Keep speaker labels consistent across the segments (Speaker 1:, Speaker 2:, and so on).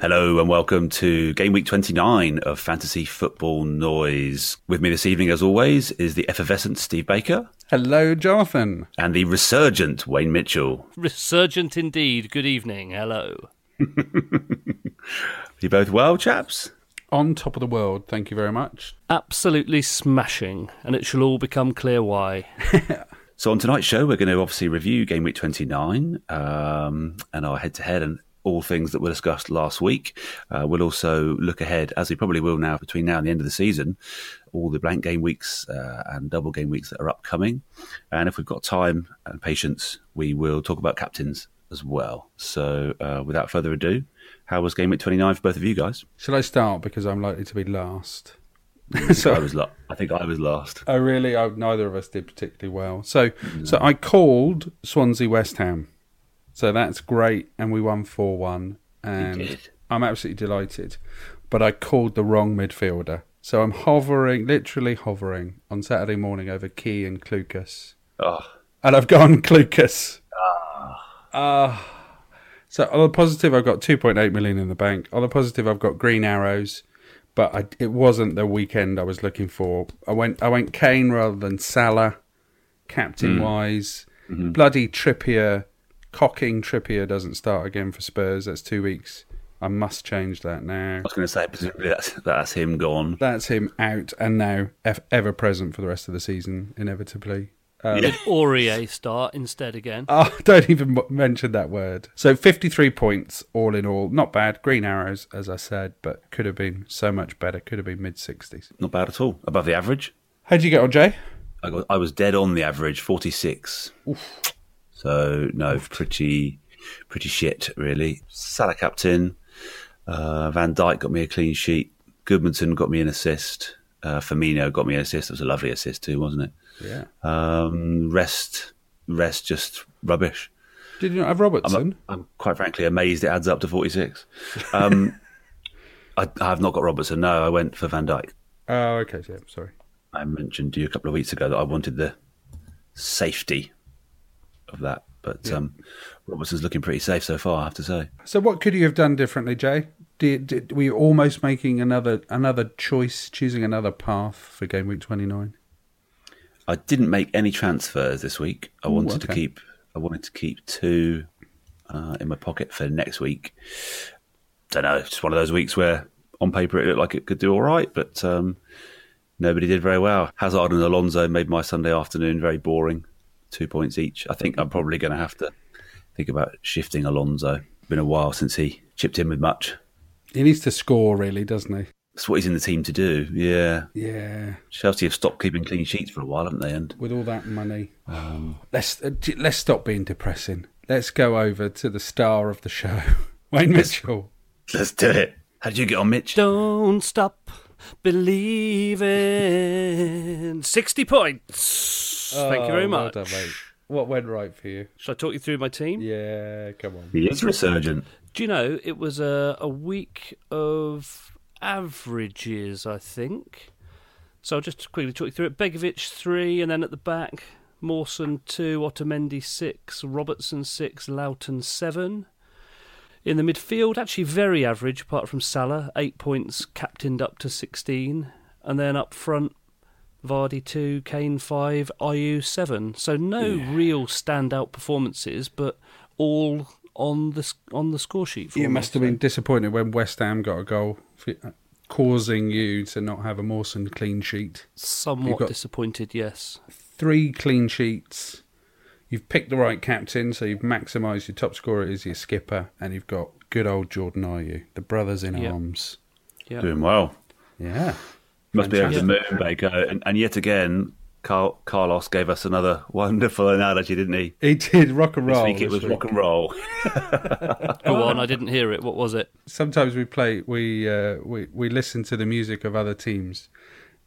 Speaker 1: Hello and welcome to game week 29 of Fantasy Football Noise. With me this evening, as always, is the effervescent Steve Baker
Speaker 2: Hello, Jonathan.
Speaker 1: and the resurgent Wayne Mitchell.
Speaker 3: Resurgent indeed. Good evening. Hello.
Speaker 1: You both well, chaps?
Speaker 2: On top of the world, thank you very much.
Speaker 3: Absolutely smashing, and it shall all become clear why.
Speaker 1: So, on tonight's show, we're going to obviously review game week 29 um, and our head to head and all things that were discussed last week. Uh, we'll also look ahead, as we probably will now, between now and the end of the season, all the blank game weeks uh, and double game weeks that are upcoming. And if we've got time and patience, we will talk about captains as well. So, uh, without further ado, how was game week 29 for both of you guys?
Speaker 2: Shall I start because I'm likely to be last?
Speaker 1: I, was la- I think I was last.
Speaker 2: Oh, really? Oh, neither of us did particularly well. So, so I called Swansea West Ham. So that's great, and we won four one,
Speaker 1: You
Speaker 2: and
Speaker 1: did.
Speaker 2: I'm absolutely delighted. But I called the wrong midfielder, so I'm hovering, literally hovering, on Saturday morning over Key and Clucas.
Speaker 1: Oh,
Speaker 2: and I've gone Clucas. Ah. so on the positive, I've got 2.8 million in the bank. On the positive, I've got green arrows, but I, it wasn't the weekend I was looking for. I went I went Kane rather than Salah, captain wise. Bloody Trippier, cocking Trippier doesn't start again for Spurs. That's two weeks. I must change that now.
Speaker 1: I was going to say, presumably that's, that's him gone.
Speaker 2: That's him out and now ev- ever present for the rest of the season, inevitably.
Speaker 3: Did Aurier start instead again?
Speaker 2: Oh, don't even m- mention that word. So 53 points all in all. Not bad. Green arrows, as I said, but could have been so much better. Could have been mid 60s.
Speaker 1: Not bad at all. Above the average.
Speaker 2: How'd you get on, Jay?
Speaker 1: I, got, I was dead on the average, 46. So, no, pretty pretty shit, really. Salah captain. Uh, Van Dyke got me a clean sheet. Goodmanson got me an assist. Uh, Firmino got me an assist. It was a lovely assist too, wasn't it?
Speaker 2: Yeah.
Speaker 1: Um, rest, rest, just rubbish.
Speaker 2: Did you not have Robertson?
Speaker 1: I'm quite frankly amazed it adds up to 46. Um, I, I have not got Robertson. No, I went for Van Dyke.
Speaker 2: Oh, okay. Yeah, sorry.
Speaker 1: I mentioned to you a couple of weeks ago that I wanted the safety of that, but um, Robertson's looking pretty safe so far, I have to say.
Speaker 2: So what could you have done differently, Jay? Did, did, were you almost making another another choice, choosing another path for game week 29?
Speaker 1: I didn't make any transfers this week. I wanted to
Speaker 2: okay.
Speaker 1: keep. I wanted to keep two uh, in my pocket for next week. Don't know. It's just one of those weeks where, on paper, it looked like it could do all right, but um, nobody did very well. Hazard and Alonso made my Sunday afternoon very boring. Two points each. I think I'm probably going to have to think about shifting Alonso. Been a while since he chipped in with much.
Speaker 2: He needs to score, really, doesn't
Speaker 1: That's what he's in the team to do. Yeah,
Speaker 2: he? Yeah.
Speaker 1: Chelsea have stopped keeping clean sheets for a while, haven't they? And
Speaker 2: with all that money.
Speaker 3: Um,
Speaker 2: Let's uh, j- let's stop being depressing. Let's go over to the star of the show, Wayne Mitchell.
Speaker 1: let's do it. How did you get on, Mitch?
Speaker 3: Don't stop believing. 60 points. Thank you very
Speaker 2: Oh, well
Speaker 3: much.
Speaker 2: done, mate. What went right for you?
Speaker 3: Shall I talk you through my team?
Speaker 2: Yeah, come on.
Speaker 1: He is resurgent.
Speaker 3: Do you know, it was a, a week of averages, I think. So I'll just quickly talk you through it. Begovic, three, and then at the back, Mawson, two, Otamendi, six, Robertson, six, Loughton, seven. In the midfield, actually very average, apart from Salah, eight points, captained up to 16. And then up front, Vardy, two, Kane, five, IU, seven. So no real standout performances, but all on the s- on the score sheet. For
Speaker 2: You
Speaker 3: me.
Speaker 2: must have been disappointed when West Ham got a goal, for, uh, causing you to not have a Mawson clean sheet.
Speaker 3: somewhat
Speaker 2: you've got-
Speaker 3: disappointed. Yes,
Speaker 2: Three clean sheets. You've picked the right captain, so you've maximised your top scorer is your skipper, and you've got good old Jordan Ayew, the brothers in
Speaker 3: Yeah.
Speaker 2: arms.
Speaker 1: Doing well.
Speaker 2: Yeah.
Speaker 1: Must be over the moon, Baker. And, and yet again, Carl, Carlos gave us another wonderful analogy, didn't he?
Speaker 2: He did rock and
Speaker 1: Oh, This
Speaker 2: roll.
Speaker 1: week it
Speaker 2: this
Speaker 1: was
Speaker 2: week.
Speaker 1: rock and roll.
Speaker 2: Oh.
Speaker 3: go on. Oh, I didn't hear it. What was it?
Speaker 2: Sometimes we play we uh, we we listen to the music of other teams.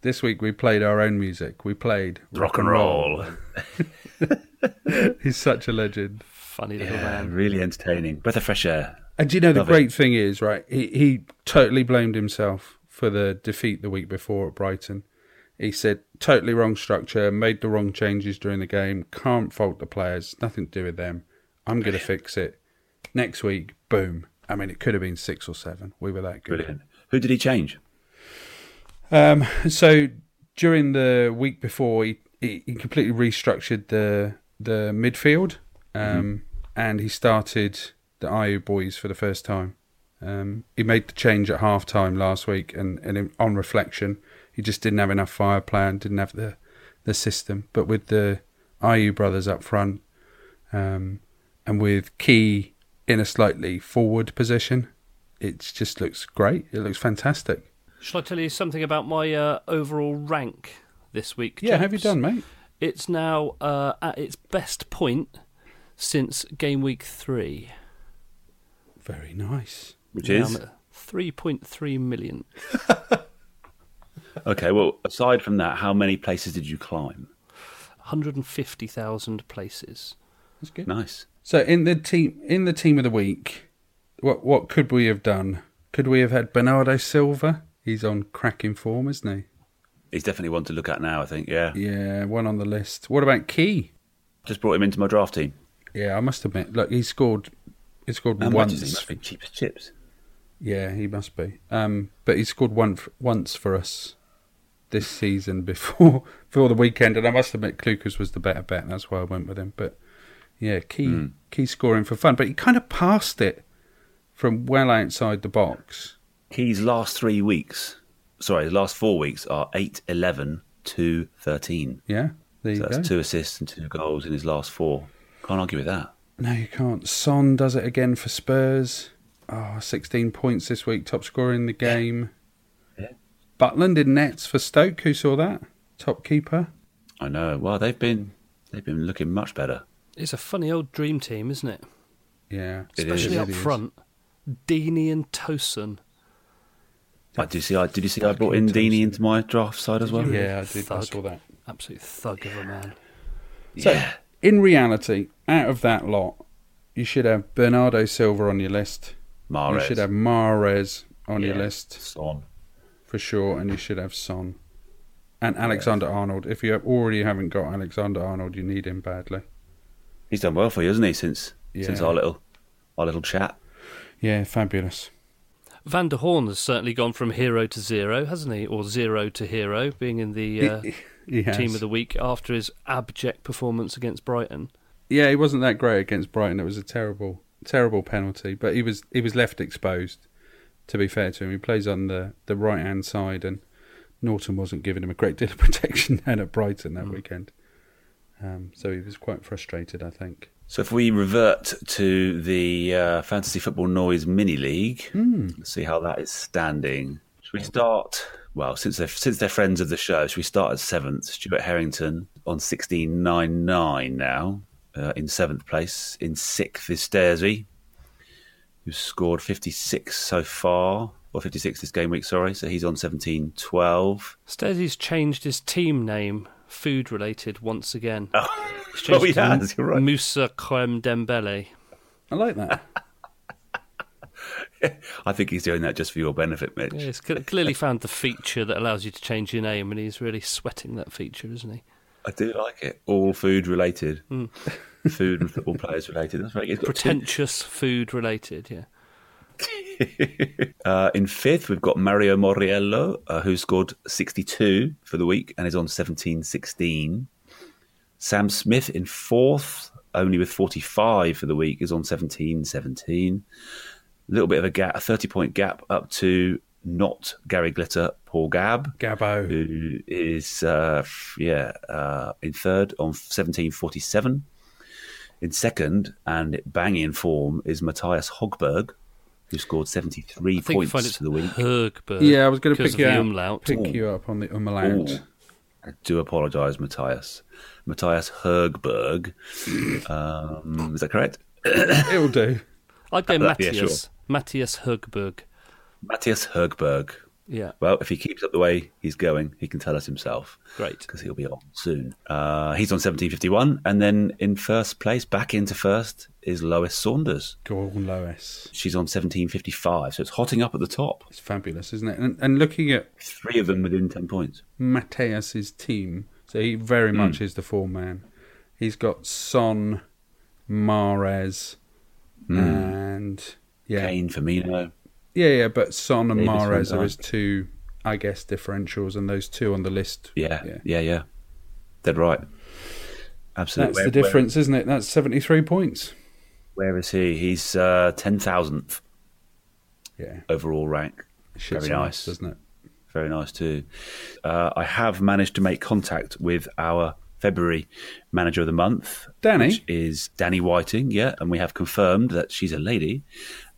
Speaker 2: This week we played our own music. We played
Speaker 1: rock and roll.
Speaker 2: He's such a legend.
Speaker 3: Funny little
Speaker 1: Yeah,
Speaker 3: man.
Speaker 1: really entertaining. Breath of fresh air.
Speaker 2: And do you know the
Speaker 1: Love it.
Speaker 2: great thing is right? He he totally blamed himself for the defeat the week before at Brighton. He said totally wrong structure, made the wrong changes during the game. Can't fault the players. Nothing to do with them. I'm going to fix it next week. Boom. I mean, it could have been six or seven. We were that good.
Speaker 1: Brilliant. Who did he change?
Speaker 2: Um, so during the week before, he, he, he completely restructured the the midfield, um, and he started the IU boys for the first time. Um, he made the change at half time last week, and, and in- on reflection, he just didn't have enough fire plan, didn't have the the system. But with the IU brothers up front, um, and with Key in a slightly forward position, it just looks great. It looks fantastic.
Speaker 3: Shall I tell you something about my uh, overall rank this week?
Speaker 2: Yeah, have you
Speaker 3: chaps?
Speaker 2: done, mate?
Speaker 3: It's now uh, at its best point since game week three.
Speaker 2: Very nice.
Speaker 1: Which
Speaker 3: Now
Speaker 1: is
Speaker 3: I'm at 3.3 million.
Speaker 1: okay. Well, aside from that, how many places did you climb?
Speaker 3: 150,000 places.
Speaker 2: That's good.
Speaker 1: Nice.
Speaker 2: So in the team in the team of the week, what what could we have done? Could we have had Bernardo Silva? He's on cracking form, isn't
Speaker 1: He's definitely one to look at now. I think. Yeah.
Speaker 2: he? Yeah, one on the list. What about Key?
Speaker 1: Just brought him into my draft team.
Speaker 2: Yeah, I must admit, look, he scored he scored
Speaker 1: How much
Speaker 2: once.
Speaker 1: is he? Must be cheap as chips.
Speaker 2: Yeah, he must be. Um, but he scored one f- once for us this season before before the weekend, and I must admit, Klukas was the better bet. and That's why I went with him. But yeah, key
Speaker 1: Hmm.
Speaker 2: key scoring for fun, but he kind of passed it from well outside the box.
Speaker 1: Key's last three weeks, sorry, his last four weeks are 8, 11, 2, 13.
Speaker 2: Yeah, there
Speaker 1: So
Speaker 2: you
Speaker 1: that's
Speaker 2: go.
Speaker 1: two assists and two goals in his last four. Can't argue with that.
Speaker 2: No, you can't. Son does it again for Spurs. Oh, 16 points this week, top scorer in the game.
Speaker 1: Yeah.
Speaker 2: Butland in nets for Stoke. Who saw that? Top keeper.
Speaker 1: I know. Well, they've been they've been looking much better.
Speaker 3: It's a funny old dream team, isn't it?
Speaker 2: Yeah,
Speaker 1: It is.
Speaker 3: Especially
Speaker 2: It
Speaker 3: up
Speaker 2: is.
Speaker 3: front. Deeney and Tosin.
Speaker 1: Like, did you see? I did you see? I brought in Deeney into my draft side as well.
Speaker 2: Yeah, I did. I
Speaker 3: Thug.
Speaker 2: saw that.
Speaker 3: Absolute thug of a man.
Speaker 2: So,
Speaker 1: Yeah.
Speaker 2: in reality, out of that lot, you should have Bernardo Silva on your list.
Speaker 1: Mahrez.
Speaker 2: You should have Mares on your
Speaker 1: Yeah.
Speaker 2: list
Speaker 1: Son.
Speaker 2: for sure, and you should have Son and Alexander Arnold. If you have, already haven't got Alexander Arnold, you need him badly.
Speaker 1: He's done well for you, hasn't he? Since since
Speaker 2: Yeah.
Speaker 1: our little our little chat.
Speaker 2: Yeah, fabulous.
Speaker 3: Van der Horn has certainly gone from hero to zero, hasn't he? Or zero to hero, being in the uh,
Speaker 2: He has.
Speaker 3: team of the week after his abject performance against Brighton.
Speaker 2: yeah, he wasn't that great against Brighton. It was a terrible, terrible penalty, but he was he was left exposed. To be fair to him, he plays on the, the right hand side, and Norton wasn't giving him a great deal of protection down at Brighton
Speaker 3: Mm.
Speaker 2: that weekend. Um, so he was quite frustrated, I think.
Speaker 1: So if we revert to the uh, fantasy football noise mini league, let's see how that is standing. Should we start? Well, since they're since they're friends of the show, should we start at seventh? Stuart Harrington on sixteen nine nine now uh, in seventh place. In sixth is Stairsy, who's scored fifty six so far, or fifty six this game week. Sorry, so he's on seventeen twelve.
Speaker 3: Steady's changed his team name, food related, once again.
Speaker 1: Oh,
Speaker 3: He's
Speaker 1: oh,
Speaker 3: changed
Speaker 1: he
Speaker 3: it to
Speaker 1: has. You're right.
Speaker 3: Moussa Creme Dembele.
Speaker 2: I like that.
Speaker 1: I think he's doing that just for your benefit, Mitch.
Speaker 3: Yeah, he's cl- clearly found the feature that allows you to change your name, and he's really sweating that feature, isn't he?
Speaker 1: I do like it. All food related. food and football players related. That's right. It's got
Speaker 3: Pretentious food related, yeah.
Speaker 1: two. uh, in fifth, we've got Mario Moriello, uh, who scored 62 for the week and is on 17 16. Sam Smith in fourth, only with 45 for the week, is on 17 17. A little bit of a gap, a 30 point gap up to not Gary Glitter, Paul Gabb.
Speaker 2: Gabbo.
Speaker 1: who is uh, f- yeah uh, in third on 1747. In second and banging in form is Matthias Hogberg, who scored 73
Speaker 3: I think you
Speaker 1: points
Speaker 3: find it's
Speaker 1: for the week.
Speaker 3: Hergberg.
Speaker 2: Yeah, I was going to
Speaker 3: 'cause
Speaker 2: pick
Speaker 3: of
Speaker 2: you
Speaker 3: the
Speaker 2: out,
Speaker 3: umlaut.
Speaker 2: pick you up on the
Speaker 1: Ooh.
Speaker 2: umlaut.
Speaker 1: I do apologise, Matthias. Matthias Hergberg. Um, is that correct?
Speaker 2: It'll do.
Speaker 3: I'd go
Speaker 1: that- yeah,
Speaker 3: Matthias. Matthias Hergberg.
Speaker 1: Matthias Hergberg.
Speaker 3: Yeah,
Speaker 1: Well, if he keeps up the way he's going, he can tell us himself.
Speaker 3: great.
Speaker 1: because he'll be on soon. Uh, he's on 1751. And then in first place, back into first, is Lois Saunders.
Speaker 2: Gordon Lois.
Speaker 1: She's on 1755. So it's hotting up at the top.
Speaker 2: It's fabulous, isn't it? And, and looking at
Speaker 1: Three of them within 10 points.
Speaker 2: Mateus's team. So he very
Speaker 1: Hmm.
Speaker 2: much is the four man. He's got Son, Mares, and Yeah.
Speaker 1: Hmm. Kane, Firmino.
Speaker 2: Yeah, yeah, but Son and
Speaker 1: Yeah, between
Speaker 2: Mares are
Speaker 1: that.
Speaker 2: his two, I guess, differentials, and those two on the list.
Speaker 1: Yeah,
Speaker 2: Yeah.
Speaker 1: yeah, yeah. Dead right. Absolutely.
Speaker 2: That's the difference, isn't it? That's 73 points.
Speaker 1: where is he? He's uh, 10,000th
Speaker 2: Yeah.
Speaker 1: overall rank.
Speaker 2: Shit's
Speaker 1: Very
Speaker 2: on us,
Speaker 1: nice.
Speaker 2: doesn't it?
Speaker 1: Very nice too. Uh, I have managed to make contact with our February manager of the month,
Speaker 2: Danny?
Speaker 1: which is Danny Whiting. Yeah, and we have confirmed that she's a lady,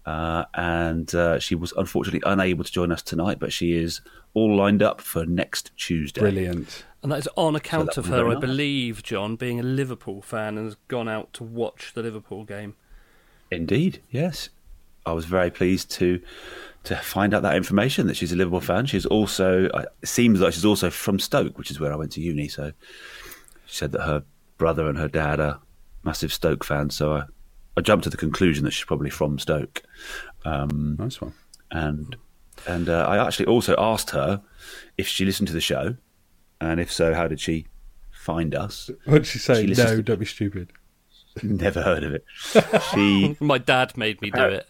Speaker 1: uh, and uh, she was unfortunately unable to join us tonight, but she is all lined up for next Tuesday.
Speaker 2: Brilliant.
Speaker 3: And that is on account
Speaker 1: that
Speaker 3: of
Speaker 1: was
Speaker 3: her,
Speaker 1: very
Speaker 3: I
Speaker 1: nice.
Speaker 3: believe, John, being a Liverpool fan and has gone out to watch the Liverpool game.
Speaker 1: Indeed, yes. I was very pleased to to find out that information that she's a Liverpool fan. She's also uh, it seems like she's also from Stoke, which is where I went to uni. So she said that her brother and her dad are massive Stoke fans. So I, I jumped to the conclusion that she's probably from Stoke. Um,
Speaker 2: Nice one.
Speaker 1: and and uh, I actually also asked her if she listened to the show, and if so, how did she find us?
Speaker 2: What'd she say?
Speaker 1: She listens
Speaker 2: no,
Speaker 1: to-
Speaker 2: don't be stupid.
Speaker 1: Never heard of it. She
Speaker 3: My dad made me do
Speaker 1: Uh,
Speaker 3: it.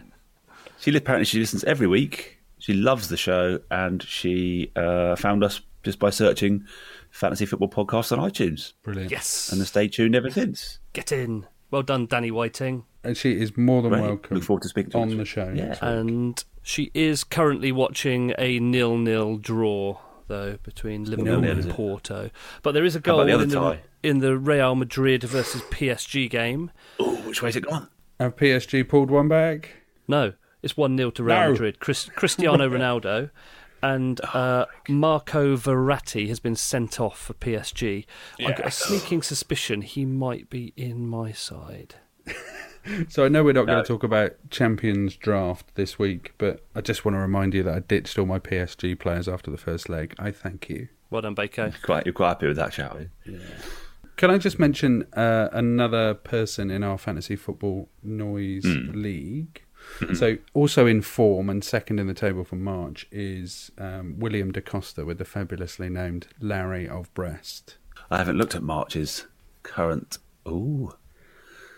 Speaker 1: She apparently she listens every week. She loves the show, and she uh, found us just by searching fantasy football podcasts on iTunes,
Speaker 2: Brilliant.
Speaker 3: Yes.
Speaker 1: and has stayed tuned ever since.
Speaker 3: Get in. Well done, Danny Whiting.
Speaker 2: And she is more than
Speaker 1: Great.
Speaker 2: welcome
Speaker 1: Look forward to speaking to
Speaker 2: on
Speaker 1: her.
Speaker 2: the show.
Speaker 1: Yeah.
Speaker 2: next week.
Speaker 3: And she is currently watching a nil-nil draw though between Liverpool
Speaker 1: Nil-nil, is
Speaker 3: and
Speaker 1: it?
Speaker 3: Porto. But there is a
Speaker 1: How
Speaker 3: goal
Speaker 1: about the other
Speaker 3: in, the,
Speaker 1: tie?
Speaker 3: in the Real Madrid versus PSG game.
Speaker 1: Oh, which way's it gone?
Speaker 2: Have PSG pulled one back?
Speaker 3: No, it's one 0 to Real
Speaker 2: No.
Speaker 3: Madrid. Chris, Cristiano Ronaldo and
Speaker 1: Oh,
Speaker 3: uh, Marco Verratti has been sent off for PSG. I've got a sneaking suspicion he might be in my side.
Speaker 2: So I know we're not
Speaker 1: No.
Speaker 2: going to talk about Champions Draft this week, but I just want to remind you that I ditched all my PSG players after the first leg. I thank you.
Speaker 3: Well done, Baker.
Speaker 1: Quite, you're quite happy with that, shall we?
Speaker 2: Can I just mention uh, another person in our fantasy football noise
Speaker 1: Hmm.
Speaker 2: league? So, also in form and second in the table for March is um, William Da Costa with the fabulously named Larry of Brest.
Speaker 1: I haven't looked at March's current. Ooh,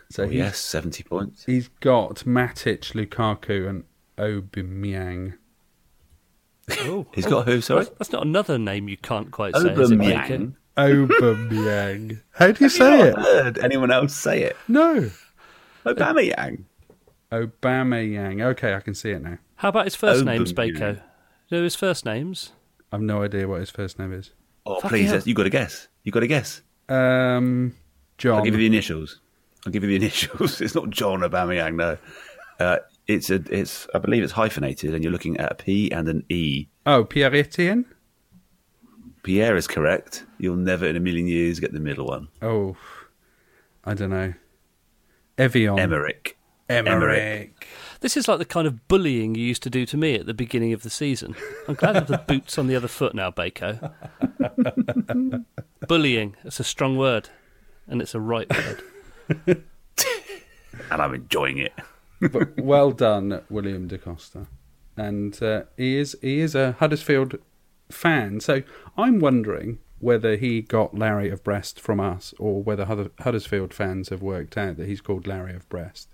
Speaker 2: So
Speaker 1: oh,
Speaker 2: he's,
Speaker 1: yes, seventy points.
Speaker 2: he's got Matic, Lukaku, and Aubameyang.
Speaker 3: Oh,
Speaker 1: He's got who? Sorry,
Speaker 3: that's, that's not another name you can't quite say. Is it, Baker?
Speaker 1: Obermeier.
Speaker 2: Aubameyang. How do you say it?
Speaker 1: Heard anyone else say it?
Speaker 2: No.
Speaker 1: Obama
Speaker 2: Aubameyang. Okay, I can see it now.
Speaker 3: How about his first names,
Speaker 1: Obermeier.
Speaker 3: Baker? No, his first names.
Speaker 2: I've no idea what his first name is.
Speaker 1: Oh,
Speaker 3: Fucking
Speaker 1: please,
Speaker 3: hell.
Speaker 1: you got to guess. You got to guess.
Speaker 2: Um, John.
Speaker 1: I'll give you the initials. I'll give you the initials. It's not John Aubameyang, no. Uh, it's a, it's I believe it's hyphenated, and you're looking at a P and an E.
Speaker 2: Oh, Pierre Etienne?
Speaker 1: Pierre is correct. You'll never in a million years get the middle one.
Speaker 2: Oh, I don't know. Evian.
Speaker 1: Emmerich.
Speaker 2: Emmerich.
Speaker 3: This is like the kind of bullying you used to do to me at the beginning of the season. I'm glad I have the boots on the other foot now, Baker. bullying. It's a strong word, and it's a right word.
Speaker 1: and I'm enjoying it.
Speaker 2: but well done, William Da Costa. And uh, he is he is a Huddersfield fan. So I'm wondering whether he got Larry of Brest from us or whether Hudder- Huddersfield fans have worked out that he's called Larry of Brest.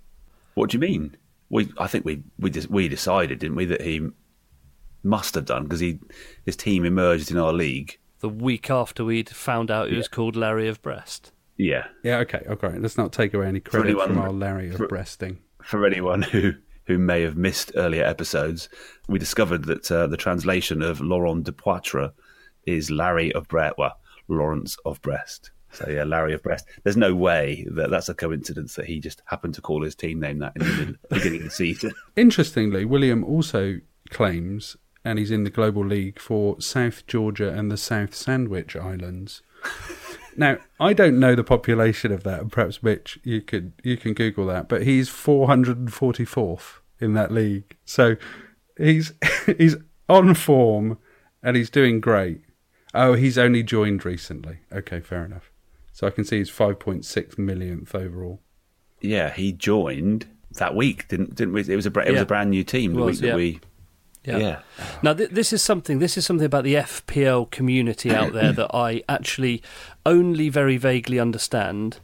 Speaker 1: What do you mean? We I think we we just, we decided, didn't we, that he must have done because he his team emerged in our league.
Speaker 3: The week after we'd found out he was called Larry of Brest.
Speaker 1: Yeah.
Speaker 2: Yeah, okay, okay. Let's not take away any credit
Speaker 1: anyone-
Speaker 2: from our Larry of
Speaker 1: for-
Speaker 2: Bresting.
Speaker 1: for anyone who who may have missed earlier episodes, we discovered that uh, the translation of Laurent de Poitre is Larry of Brest, well, Lawrence of Brest. So yeah, Larry of Brest. There's no way that that's a coincidence that he just happened to call his team name that in the mid- beginning of the season.
Speaker 2: Interestingly, William also claims, and he's in the Global League for South Georgia and the South Sandwich Islands. now, I don't know the population of that, and perhaps Mitch, you could you can Google that. But he's 444th in that league, so he's he's on form and he's doing great. Oh, he's only joined recently. Okay, fair enough. So I can see he's 5.6 millionth overall.
Speaker 1: Yeah, he joined that week, didn't didn't we? It was a bra- it was
Speaker 3: Yeah.
Speaker 1: a brand new team the
Speaker 3: It was,
Speaker 1: week
Speaker 3: yeah.
Speaker 1: that we yeah.
Speaker 3: Now, th- this is something. This is something about the FPL community out there that I actually only very vaguely understand,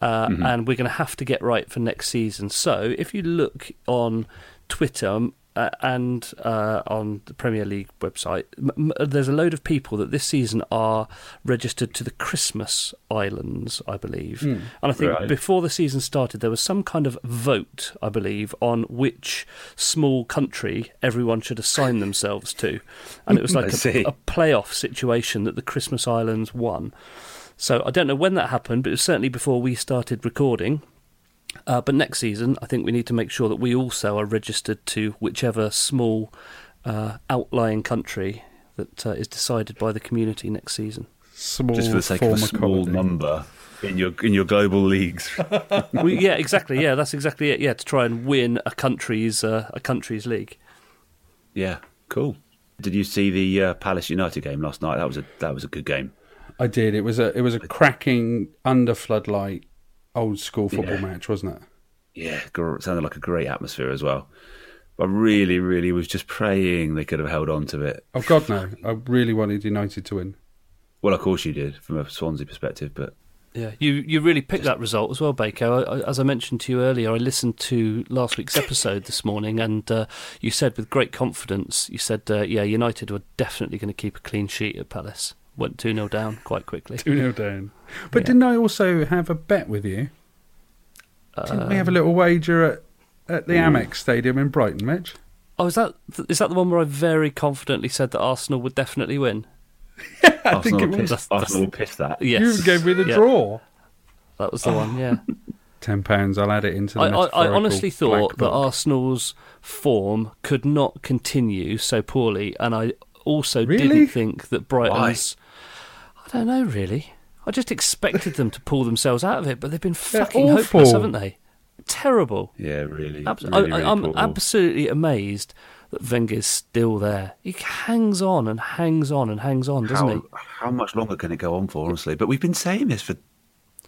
Speaker 3: uh, and we're going to have to get right for next season. So, if you look on Twitter um, uh, and uh, on the Premier League website, m- m- there's a load of people that this season are registered to the Christmas Islands, I believe. And I think
Speaker 1: Right.
Speaker 3: before the season started, there was some kind of vote, I believe, on which small country everyone should assign themselves to. And it was
Speaker 1: I
Speaker 3: like a,
Speaker 1: see.
Speaker 3: a playoff situation that the Christmas Islands won. So I don't know when that happened, but it was certainly before we started recording. Uh, but next season, I think we need to make sure that we also are registered to whichever small uh, outlying country that uh, is decided by the community next season.
Speaker 2: Small
Speaker 1: just for the sake of a small
Speaker 2: formacolony.
Speaker 1: number in your in your global leagues.
Speaker 3: we, yeah, exactly. Yeah, that's exactly it. Yeah, to try and win a country's uh, a country's league.
Speaker 1: yeah, cool. Did you see the uh, Palace United game last night? That was a that was a good game.
Speaker 2: I did. It was a it was a cracking under floodlight old school football
Speaker 1: Yeah.
Speaker 2: match, wasn't it?
Speaker 1: Yeah, gr- it sounded like a great atmosphere as well. I really, really was just praying they could have held on to it.
Speaker 2: Oh God, no! I really wanted United to win.
Speaker 1: Well, of course you did from a Swansea perspective, but
Speaker 3: Yeah, you you really picked that result as well, Baker. I, I, as I mentioned to you earlier, I listened to last week's episode this morning, and uh, you said with great confidence, you said, uh, "Yeah, United were definitely going to keep a clean sheet at Palace." Went two 0 down quite quickly.
Speaker 2: Two 0 down. But
Speaker 3: Yeah.
Speaker 2: didn't I also have a bet with you? Didn't we have
Speaker 3: Uh,
Speaker 2: a little wager at at the Amex Stadium in Brighton, Mitch?
Speaker 3: Oh, is that is that the one where I very confidently said that Arsenal would definitely win?
Speaker 2: I
Speaker 1: Arsenal,
Speaker 2: think it
Speaker 1: pissed,
Speaker 2: was.
Speaker 3: That's- that's-
Speaker 1: Arsenal pissed that.
Speaker 3: Yes,
Speaker 2: You gave me the
Speaker 3: Yeah,
Speaker 2: draw.
Speaker 3: That was the one. Yeah.
Speaker 2: Ten pounds. I'll add it into the.
Speaker 3: I, I, I
Speaker 2: metaphorical
Speaker 3: honestly thought
Speaker 2: black
Speaker 3: that
Speaker 2: book.
Speaker 3: Arsenal's form could not continue so poorly, and I also
Speaker 2: Really?
Speaker 3: didn't think that Brighton's. I don't know, really. I just expected them to pull themselves out of it, but they've been
Speaker 2: They're
Speaker 3: fucking hopeless,
Speaker 2: awful.
Speaker 3: haven't they? Terrible.
Speaker 1: Yeah, really.
Speaker 3: Abs-
Speaker 1: really, really
Speaker 3: I, I, I'm
Speaker 1: poor.
Speaker 3: absolutely amazed that Wenger's still there. He hangs on and hangs on and hangs on, doesn't
Speaker 1: how,
Speaker 3: he?
Speaker 1: how much longer can it go on for, honestly? But we've been saying this for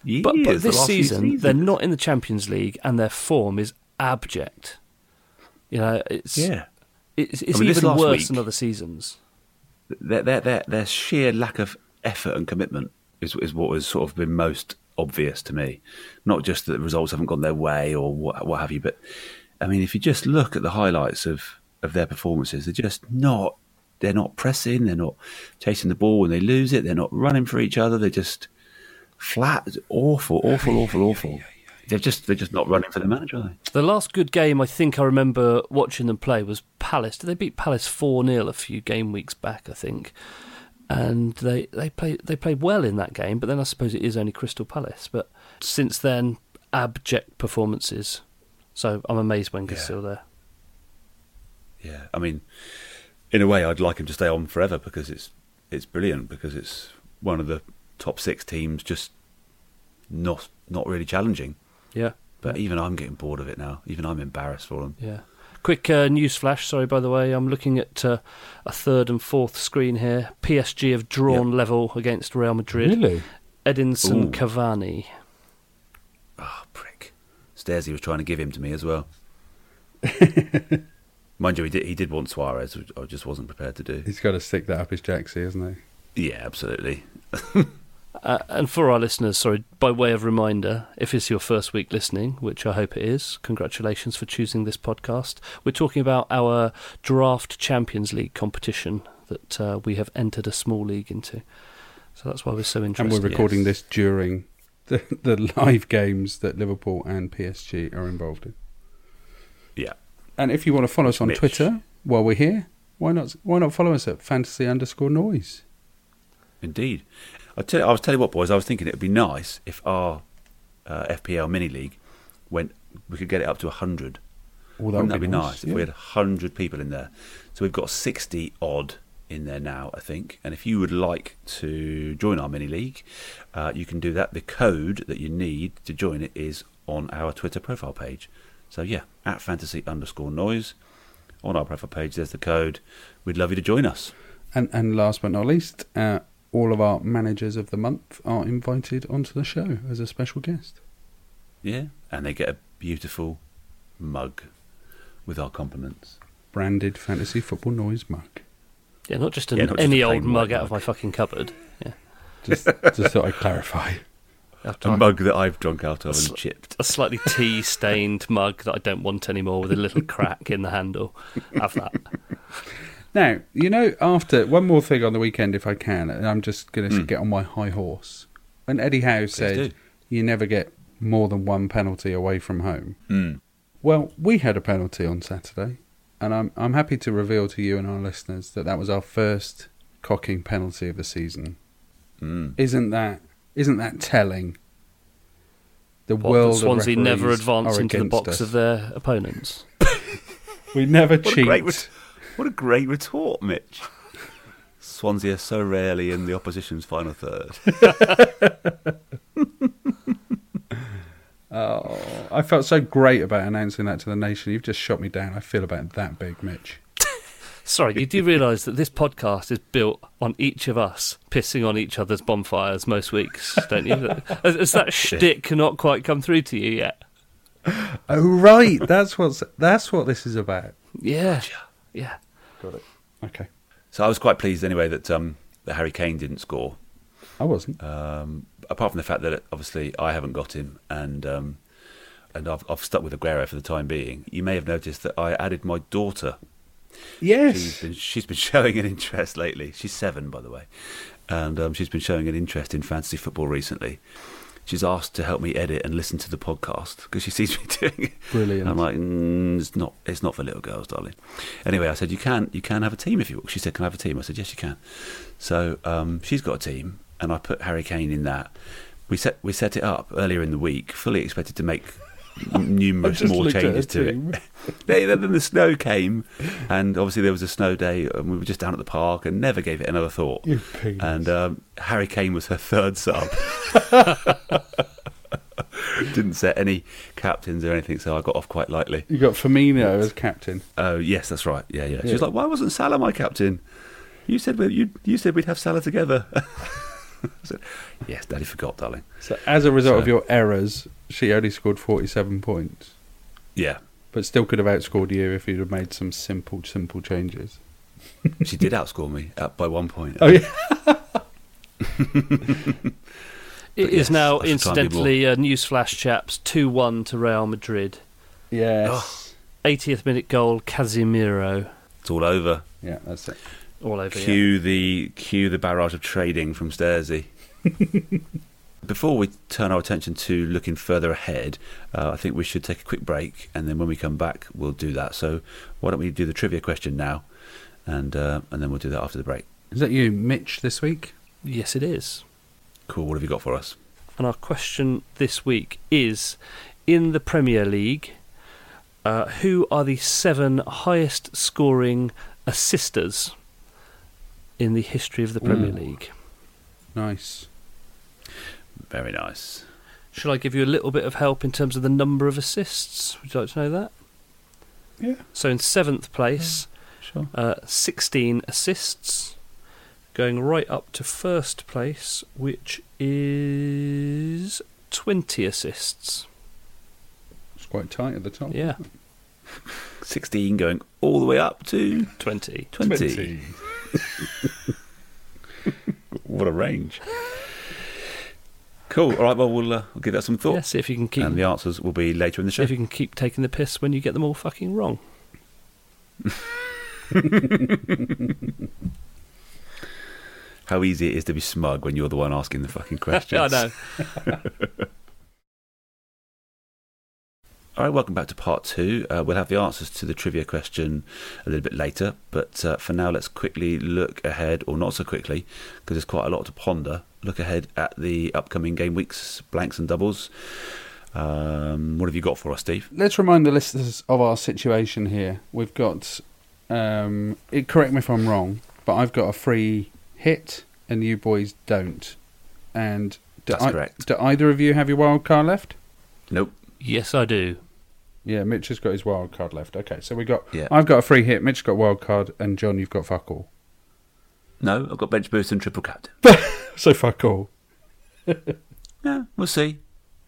Speaker 1: years.
Speaker 3: But,
Speaker 1: the
Speaker 3: but this
Speaker 1: last few
Speaker 3: season, they're
Speaker 1: seasons.
Speaker 3: not in the Champions League, and their form is abject. You know, it's
Speaker 1: Yeah.
Speaker 3: It's, it's
Speaker 1: I mean, this
Speaker 3: even
Speaker 1: last
Speaker 3: worse
Speaker 1: week-
Speaker 3: than other seasons.
Speaker 1: their, their, their, their sheer lack of effort and commitment is, is what has sort of been most obvious to me. Not just that the results haven't gone their way or what, what have you, but I mean, if you just look at the highlights of, of their performances, they're just not. They're not pressing. They're not chasing the ball when they lose it. They're not running for each other. They're just flat, awful, awful, awful, awful. They're just they're just not running for the manager. Are they?
Speaker 3: The last good game I think I remember watching them play was Palace. Did they beat Palace 4 0 a few game weeks back, I think? And they, they played they played well in that game, but then I suppose it is only Crystal Palace. But since then, abject performances. So I'm amazed Wenger's
Speaker 1: Yeah.
Speaker 3: still there.
Speaker 1: Yeah, I mean, in a way, I'd like him to stay on forever because it's it's brilliant because it's one of the top six teams, just not not really challenging.
Speaker 3: Yeah,
Speaker 1: But even I'm getting bored of it now. Even I'm embarrassed for them.
Speaker 3: yeah. Quick uh, news flash. Sorry, by the way, I'm looking at uh, a third and fourth screen here. PSG have drawn level against Real Madrid.
Speaker 2: really.
Speaker 3: Edinson
Speaker 1: Ooh.
Speaker 3: Cavani.
Speaker 1: Oh, prick! Stairs he was trying to give him to me as well. Mind you, he did he did want Suarez, which I just wasn't prepared to do.
Speaker 2: He's got to stick that up his jacksie, isn't he?
Speaker 1: Yeah, absolutely.
Speaker 3: Uh, and for our listeners, sorry, by way of reminder, if it's your first week listening, which I hope it is, congratulations for choosing this podcast. We're talking about our draft Champions League competition that uh, we have entered a small league into. So that's why we're so interested.
Speaker 2: And we're recording
Speaker 1: yes.
Speaker 2: this during the, the live games that Liverpool and PSG are involved in.
Speaker 1: Yeah,
Speaker 2: And if you want to follow us on
Speaker 1: Mitch.
Speaker 2: Twitter while we're here, why not why not follow us at fantasy underscore noise?
Speaker 1: Indeed. I tell I was telling you what, boys. I was thinking it would be nice if our uh, FPL mini league went. We could get it up to hundred.
Speaker 2: Oh,
Speaker 1: Wouldn't that be nice, if
Speaker 2: yeah.
Speaker 1: we had hundred people in there? So we've got sixty odd in there now, I think. And if you would like to join our mini league, uh, you can do that. The code that you need to join it is on our Twitter profile page. So yeah, at fantasy underscore noise on our profile page. There's the code. We'd love you to join us.
Speaker 2: And and last but not least, uh, all of our managers of the month are invited onto the show as a special guest.
Speaker 1: Yeah, and they get a beautiful mug with our compliments.
Speaker 2: Branded fantasy football noise mug.
Speaker 3: Yeah, not just an,
Speaker 1: Yeah, not just
Speaker 3: any
Speaker 1: a plain
Speaker 3: old mug
Speaker 1: white
Speaker 3: out of
Speaker 1: mug.
Speaker 3: my fucking cupboard. Yeah.
Speaker 2: Just just thought I'd clarify.
Speaker 1: a mug that I've drunk out of and chipped.
Speaker 3: a slightly tea stained mug that I don't want anymore with a little crack in the handle. Have that.
Speaker 2: Now, you know, after one more thing on the weekend, if I can, and I'm just going to
Speaker 3: Hmm.
Speaker 2: get on my high horse. And Eddie Howe said,
Speaker 1: do.
Speaker 2: you never get more than one penalty away from home.
Speaker 1: Mm.
Speaker 2: Well, we had a penalty on Saturday, and I'm, I'm happy to reveal to you and our listeners that that was our first cocking penalty of the season.
Speaker 1: Mm.
Speaker 2: Isn't that isn't that telling? The
Speaker 3: What,
Speaker 2: world
Speaker 3: that Swansea
Speaker 2: of
Speaker 3: never
Speaker 2: referees
Speaker 3: advance
Speaker 2: are
Speaker 3: into the
Speaker 2: against
Speaker 3: box
Speaker 2: us.
Speaker 3: of their opponents.
Speaker 2: We never
Speaker 1: What a
Speaker 2: cheat.
Speaker 1: great ret- what a great retort, Mitch. Swansea are so rarely in the opposition's final third.
Speaker 2: Oh, I felt so great about announcing that to the nation. You've just shot me down. I feel about that big, Mitch.
Speaker 3: Sorry, you do realise that this podcast is built on each of us pissing on each other's bonfires most weeks, don't you? Has has that shtick not quite come through to you yet?
Speaker 2: Oh right, that's what's that's what this is about.
Speaker 3: Yeah. Yeah.
Speaker 2: Okay,
Speaker 1: So I was quite pleased anyway that um, that Harry Kane didn't score.
Speaker 2: I wasn't.
Speaker 1: Um, apart from the fact that obviously I haven't got him, and um, and I've, I've stuck with Aguero for the time being. You may have noticed that I added my daughter. She's
Speaker 2: yes,
Speaker 1: been, she's been showing an interest lately. She's seven, by the way, and um, she's been showing an interest in fantasy football recently. She's asked to help me edit and listen to the podcast because she sees me doing it.
Speaker 2: brilliant.
Speaker 1: And I'm like, mm, it's not, it's not for little girls, darling. Anyway, I said you can, you can have a team if you. want. She said, can I have a team? I said, yes, you can. So um, she's got a team, and I put Harry Kane in that. We set, we set it up earlier in the week, fully expected to make numerous more changes to it. They- then the snow came, and obviously there was a snow day, and we were just down at the park and never gave it another thought.
Speaker 2: You penis.
Speaker 1: And um, Harry Kane was her third sub. Didn't set any captains or anything, so I got off quite lightly.
Speaker 2: you got Firmino as captain.
Speaker 1: Oh yes, that's right. Yeah, yeah. She was
Speaker 2: Yeah.
Speaker 1: like, "Why wasn't Salah my captain? You said we, you you said we'd have Salah together." I said, "Yes, Daddy forgot, darling."
Speaker 2: So as a result
Speaker 1: So-
Speaker 2: of your errors, she only scored forty-seven points,
Speaker 1: Yeah,
Speaker 2: but still could have outscored you if you'd have made some simple, simple changes.
Speaker 1: she did outscore me up by one point.
Speaker 2: Oh yeah,
Speaker 3: It is
Speaker 1: yes,
Speaker 3: now,
Speaker 1: I should try and be
Speaker 3: incidentally, uh, newsflash chaps 2 1 to Real Madrid.
Speaker 2: yes,
Speaker 3: 80th minute goal, Casimiro.
Speaker 1: It's all over.
Speaker 2: yeah, that's it.
Speaker 3: All over yeah.
Speaker 1: Cue the cue the barrage of trading from Stairsy. Before we turn our attention to looking further ahead, uh, I think we should take a quick break, and then when we come back, we'll do that. So, why don't we do the trivia question now, and uh, and then we'll do that after the break.
Speaker 2: Is that you, Mitch, this week?
Speaker 3: Yes, it is.
Speaker 1: Cool. What have you got for us?
Speaker 3: And our question this week is in the Premier League, uh, who are the seven highest scoring assisters in the history of the Premier
Speaker 2: Ooh.
Speaker 3: League?
Speaker 2: Nice.
Speaker 1: Very nice.
Speaker 3: Shall I give you a little bit of help in terms of the number of assists? Would you like to know that?
Speaker 2: Yeah.
Speaker 3: So in seventh place,
Speaker 2: Sure.
Speaker 3: uh, 16 assists. Going right up to first place, which is 20 assists.
Speaker 2: It's quite tight at the top.
Speaker 3: Yeah,
Speaker 1: 16 going all the way up to
Speaker 3: 20.
Speaker 1: 20. What a range. cool. All right. Well, we'll, uh, we'll give that some thought.
Speaker 3: Yeah, see if you can keep
Speaker 1: And the answers will be later in the show.
Speaker 3: if you can keep taking the piss when you get them all fucking wrong.
Speaker 1: How easy it is to be smug when you're the one asking the fucking questions.
Speaker 3: I know.
Speaker 1: All right, welcome back to part two. Uh, we'll have the answers to the trivia question a little bit later, but uh, for now, let's quickly look ahead, or not so quickly, because there's quite a lot to ponder. Look ahead at the upcoming game weeks, blanks and doubles. Um, what have you got for us, Steve?
Speaker 2: Let's remind the listeners of our situation here. We've got, um, it, correct me if I'm wrong, but I've got a free hit and you boys don't. And do,
Speaker 1: That's
Speaker 2: I-
Speaker 1: correct.
Speaker 2: do either of you have your wild card left?
Speaker 1: Nope.
Speaker 3: Yes, I do.
Speaker 2: Yeah, Mitch has got his wild card left. Okay, so we got.
Speaker 1: Yeah.
Speaker 2: I've got a free hit. Mitch's got wild card, and John, you've got fuck all.
Speaker 1: No, I've got bench boost and triple captain.
Speaker 2: So fuck all.
Speaker 1: Yeah, we'll see.